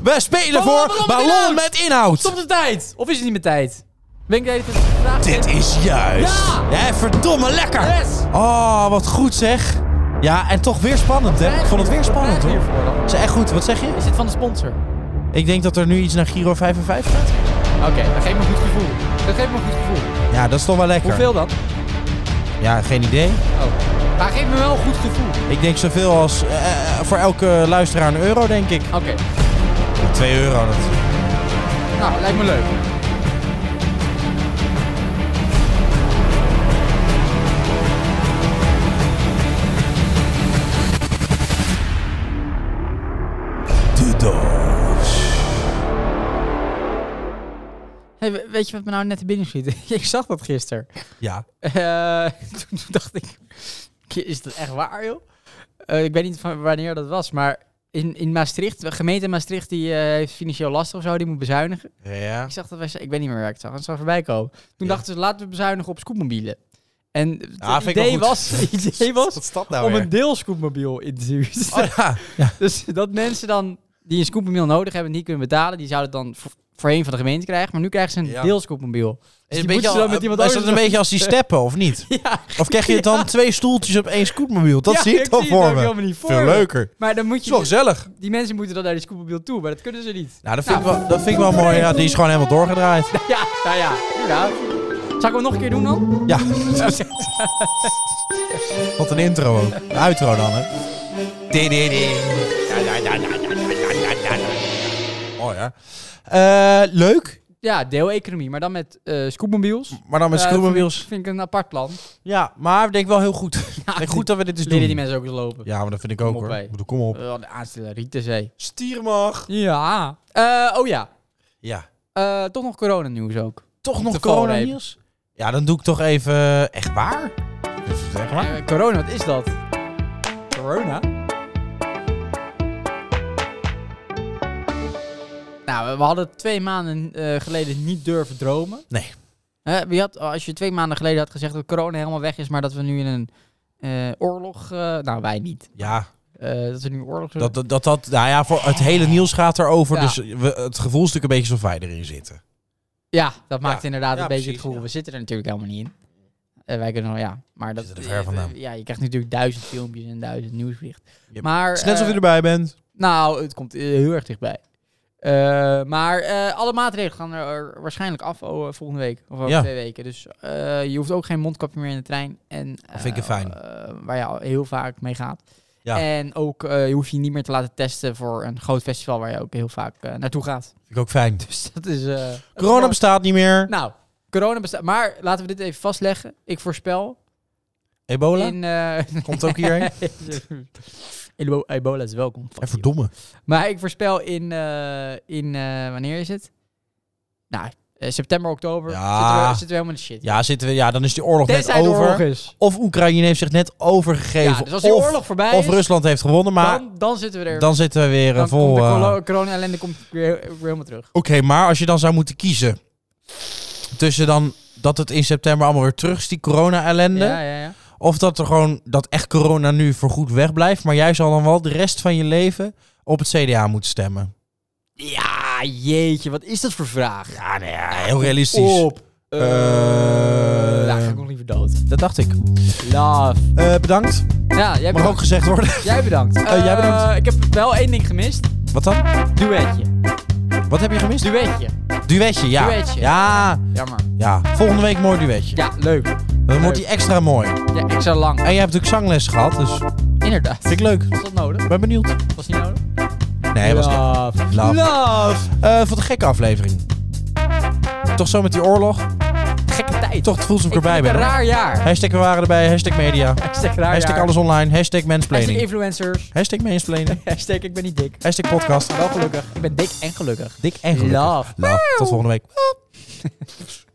S1: We spelen
S3: Ballon,
S1: voor
S3: ballon met
S1: ballon
S3: inhoud.
S1: met inhoud.
S3: Stop de tijd. Of is het niet meer tijd? Ben ik de hele tijd vraag?
S1: Dit is juist.
S3: Ja.
S1: Hè, verdomme lekker.
S3: Yes.
S1: Oh, wat goed zeg. Ja, en toch weer spannend, hè? Ik vond het weer spannend, hoor.
S3: Hiervoor dan.
S1: Is echt goed. Wat zeg je?
S3: Is dit van de sponsor?
S1: Ik denk dat er nu iets naar Giro 55 gaat.
S3: Oké, dat geeft me een goed gevoel. Dat geeft me een goed gevoel.
S1: Ja, dat is toch wel lekker.
S3: Hoeveel dan?
S1: Ja, geen idee.
S3: Oh. Maar geeft me wel een goed gevoel.
S1: Ik denk zoveel als eh, voor elke luisteraar een euro, denk ik.
S3: Oké.
S1: 2 euro. Dat...
S3: Nou, lijkt me leuk.
S1: De doos.
S3: Hey, we- weet je wat me nou net te binnen schiet? <laughs> ik zag dat gisteren.
S1: Ja.
S3: Eh, <laughs> toen toen dacht ik, is dat echt waar, joh? Eh, ik weet niet van wanneer dat was, maar in, in Maastricht, de gemeente Maastricht, die eh, heeft financieel last of zo, die moet bezuinigen.
S1: Ja.
S3: Ik zag dat wij, ik weet niet meer waar ik het zag, het zou voorbij komen. Toen
S1: Ja.
S3: dachten ze, laten we bezuinigen op scootmobielen. En het
S1: Ah, vind ik wel
S3: idee,
S1: goed. <laughs>
S3: was, het idee was
S1: is dat nou
S3: om een deelscootmobiel in te huren.
S1: Oh, ja. ja.
S3: <laughs> Dus dat mensen dan die een scootmobiel nodig hebben en niet kunnen betalen, die zouden het dan voor, voorheen van de gemeente krijgen. Maar nu krijgen ze een
S1: Ja.
S3: deelscootmobiel. Dus
S1: Is,
S3: die
S1: een
S3: moeten
S1: beetje, eh,
S3: ze dan met iemand
S1: is dat
S3: anders
S1: een beetje als die steppen, of niet?
S3: <laughs> Ja,
S1: Of krijg je dan twee stoeltjes op één scootmobiel? Dat
S3: Ja,
S1: zie ik
S3: ik
S1: dan
S3: zie het
S1: voor
S3: ook
S1: me.
S3: helemaal niet voor
S1: Veel
S3: me.
S1: leuker.
S3: maar dan
S1: Zo
S3: moet je... dus-
S1: gezellig.
S3: Die mensen moeten dan naar die scootmobiel toe, maar dat kunnen ze niet. <laughs>
S1: Nou, dat vind,
S3: Nou.
S1: Ik wel, dat vind ik wel mooi. Ja, die is gewoon helemaal doorgedraaid.
S3: Ja, nou ja. Nou. Zal ik hem nog een keer doen dan? <laughs>
S1: Ja. Wat een intro ook. Een outro dan, hè. Oh ja. Eh, leuk.
S3: ja, deeleconomie, maar dan met eh scootmobiels.
S1: Maar dan met
S3: Eh,
S1: screwmobiles.
S3: Vind, ik- vind ik een
S1: <laughs>
S3: apart plan.
S1: Ja, maar ik denk wel heel goed. Ik denk goed dat we dit dus doen.
S3: Leren die mensen ook eens lopen.
S1: Ja, maar dat vind ik ook
S3: op,
S1: hoor.
S3: hé.
S1: Ik bedoel, Kom op.
S3: Oh, de aanstellerietes, hé.
S1: Stiermag.
S3: Ja. Eh, oh ja.
S1: Ja.
S3: Eh, toch nog coronanieuws ook.
S1: Toch nog
S3: de valreep.
S1: corona nieuws? Ja, dan doe ik toch even... eh, Echt waar? Dus Echt waar?
S3: Eh, corona, wat is dat? Corona? Nou, we- we hadden twee maanden eh, geleden niet durven dromen.
S1: Nee.
S3: Hè, wie had, als je twee maanden geleden had gezegd dat corona helemaal weg is, maar dat we nu in een eh, oorlog... eh, nou, wij niet.
S1: Ja,
S3: Eh, dat we nu een oorlog...
S1: dat dat, dat, dat- Nou ja, voor het hele nieuws gaat erover.
S3: Ja. Eh,
S1: Dus we, het gevoel is natuurlijk een beetje alsof wij erin zitten.
S3: Ja, dat maakt
S1: Ja,
S3: inderdaad
S1: ja,
S3: een beetje
S1: precies,
S3: het gevoel.
S1: ja.
S3: We zitten er natuurlijk helemaal niet in. Eh, wij kunnen wel, ja. Maar dat, eh,
S1: zitten er ver vandaan.
S3: Ja, je krijgt natuurlijk duizend filmpjes en duizend nieuwsberichten.
S1: Yep.
S3: Maar,
S1: Het is net alsof
S3: eh,
S1: je erbij bent.
S3: Nou, het komt eh, heel erg dichtbij. Eh, maar eh, alle maatregelen gaan er, er waarschijnlijk af oh, volgende week. Of over
S1: Ja.
S3: twee weken. Dus eh, je hoeft ook geen mondkapje meer in de trein. En, eh,
S1: vind ik fijn.
S3: eh, waar je al heel vaak mee gaat.
S1: Ja.
S3: En ook eh, je hoeft je niet meer te laten testen voor een groot festival waar je ook heel vaak eh, naartoe gaat. <laughs>
S1: Vind ik ook fijn.
S3: Dus dat is... eh,
S1: Corona bestaat niet meer.
S3: nou, corona bestaat. Maar laten we dit even vastleggen. Ik voorspel
S1: Ebola
S3: in. eh,
S1: komt ook
S3: <laughs>
S1: hierheen.
S3: Ebo- Ebola is welkom.
S1: En verdomme.
S3: Maar ik voorspel in. eh, in eh, wanneer is het? Nou, eh, september, oktober.
S1: Ja.
S3: Zitten, we, zitten we helemaal in de shit.
S1: Ja, zitten we, ja, dan is die oorlog
S3: Tenzij
S1: net
S3: de
S1: over.
S3: oorlog is.
S1: Of Oekraïne heeft zich net overgegeven.
S3: Ja, dus als die
S1: of,
S3: oorlog voorbij
S1: of
S3: is,
S1: Rusland heeft gewonnen. Maar dan,
S3: dan, dan zitten we er.
S1: zitten we weer eh,
S3: dan
S1: vol.
S3: komt de
S1: eh,
S3: colo- corona-ellende komt weer, weer helemaal terug.
S1: Oké, maar als je dan zou moeten kiezen tussen dan dat het in september allemaal weer terug is, die corona-ellende.
S3: Ja, ja, ja.
S1: Of dat er gewoon dat echt corona nu voorgoed wegblijft. Maar jij zal dan wel de rest van je leven op het CDA moeten stemmen.
S3: Ja, jeetje, wat is dat voor vraag?
S1: Ja, nee, ja, heel realistisch.
S3: Op. Eh,
S1: Eh.
S3: nou, ga ik nog liever dood.
S1: Dat dacht ik.
S3: Love.
S1: Eh, bedankt.
S3: Ja, jij
S1: Mag
S3: bedankt.
S1: ook gezegd worden. <laughs>
S3: Jij bedankt.
S1: Eh, jij bedankt.
S3: Eh, ik heb wel één ding gemist.
S1: Wat dan?
S3: Duetje.
S1: Wat heb je gemist?
S3: Duetje.
S1: Duetje, ja.
S3: Duetje.
S1: Ja,
S3: Jammer.
S1: ja. Volgende week mooi duetje.
S3: Ja, leuk.
S1: Dan wordt
S3: leuk.
S1: die extra mooi.
S3: Ja, extra lang.
S1: En jij hebt natuurlijk zangles gehad, dus vind
S3: Inderdaad.
S1: ik leuk.
S3: Was dat nodig?
S1: Ben benieuwd.
S3: Was niet nodig? Nou,
S1: Nee, was niet.
S3: Love.
S1: Love.
S3: Love.
S1: Eh vond een gekke aflevering. Toch zo met die oorlog.
S3: Gekke tijd.
S1: Toch het voelt alsof ik
S3: Ik
S1: erbij
S3: vind
S1: ben.
S3: het een
S1: hoor.
S3: raar jaar.
S1: Hashtag we waren erbij. Hashtag media.
S3: Hashtag raar
S1: Hashtag
S3: jaar.
S1: alles online. Hashtag
S3: Hashtag
S1: mansplaining.
S3: influencers.
S1: Hashtag mansplaining.
S3: Hashtag ik ben niet dik.
S1: Hashtag
S3: <laughs>
S1: podcast.
S3: Wel gelukkig. Ik ben dik en gelukkig.
S1: Dik en gelukkig.
S3: Love.
S1: Love. Tot volgende week.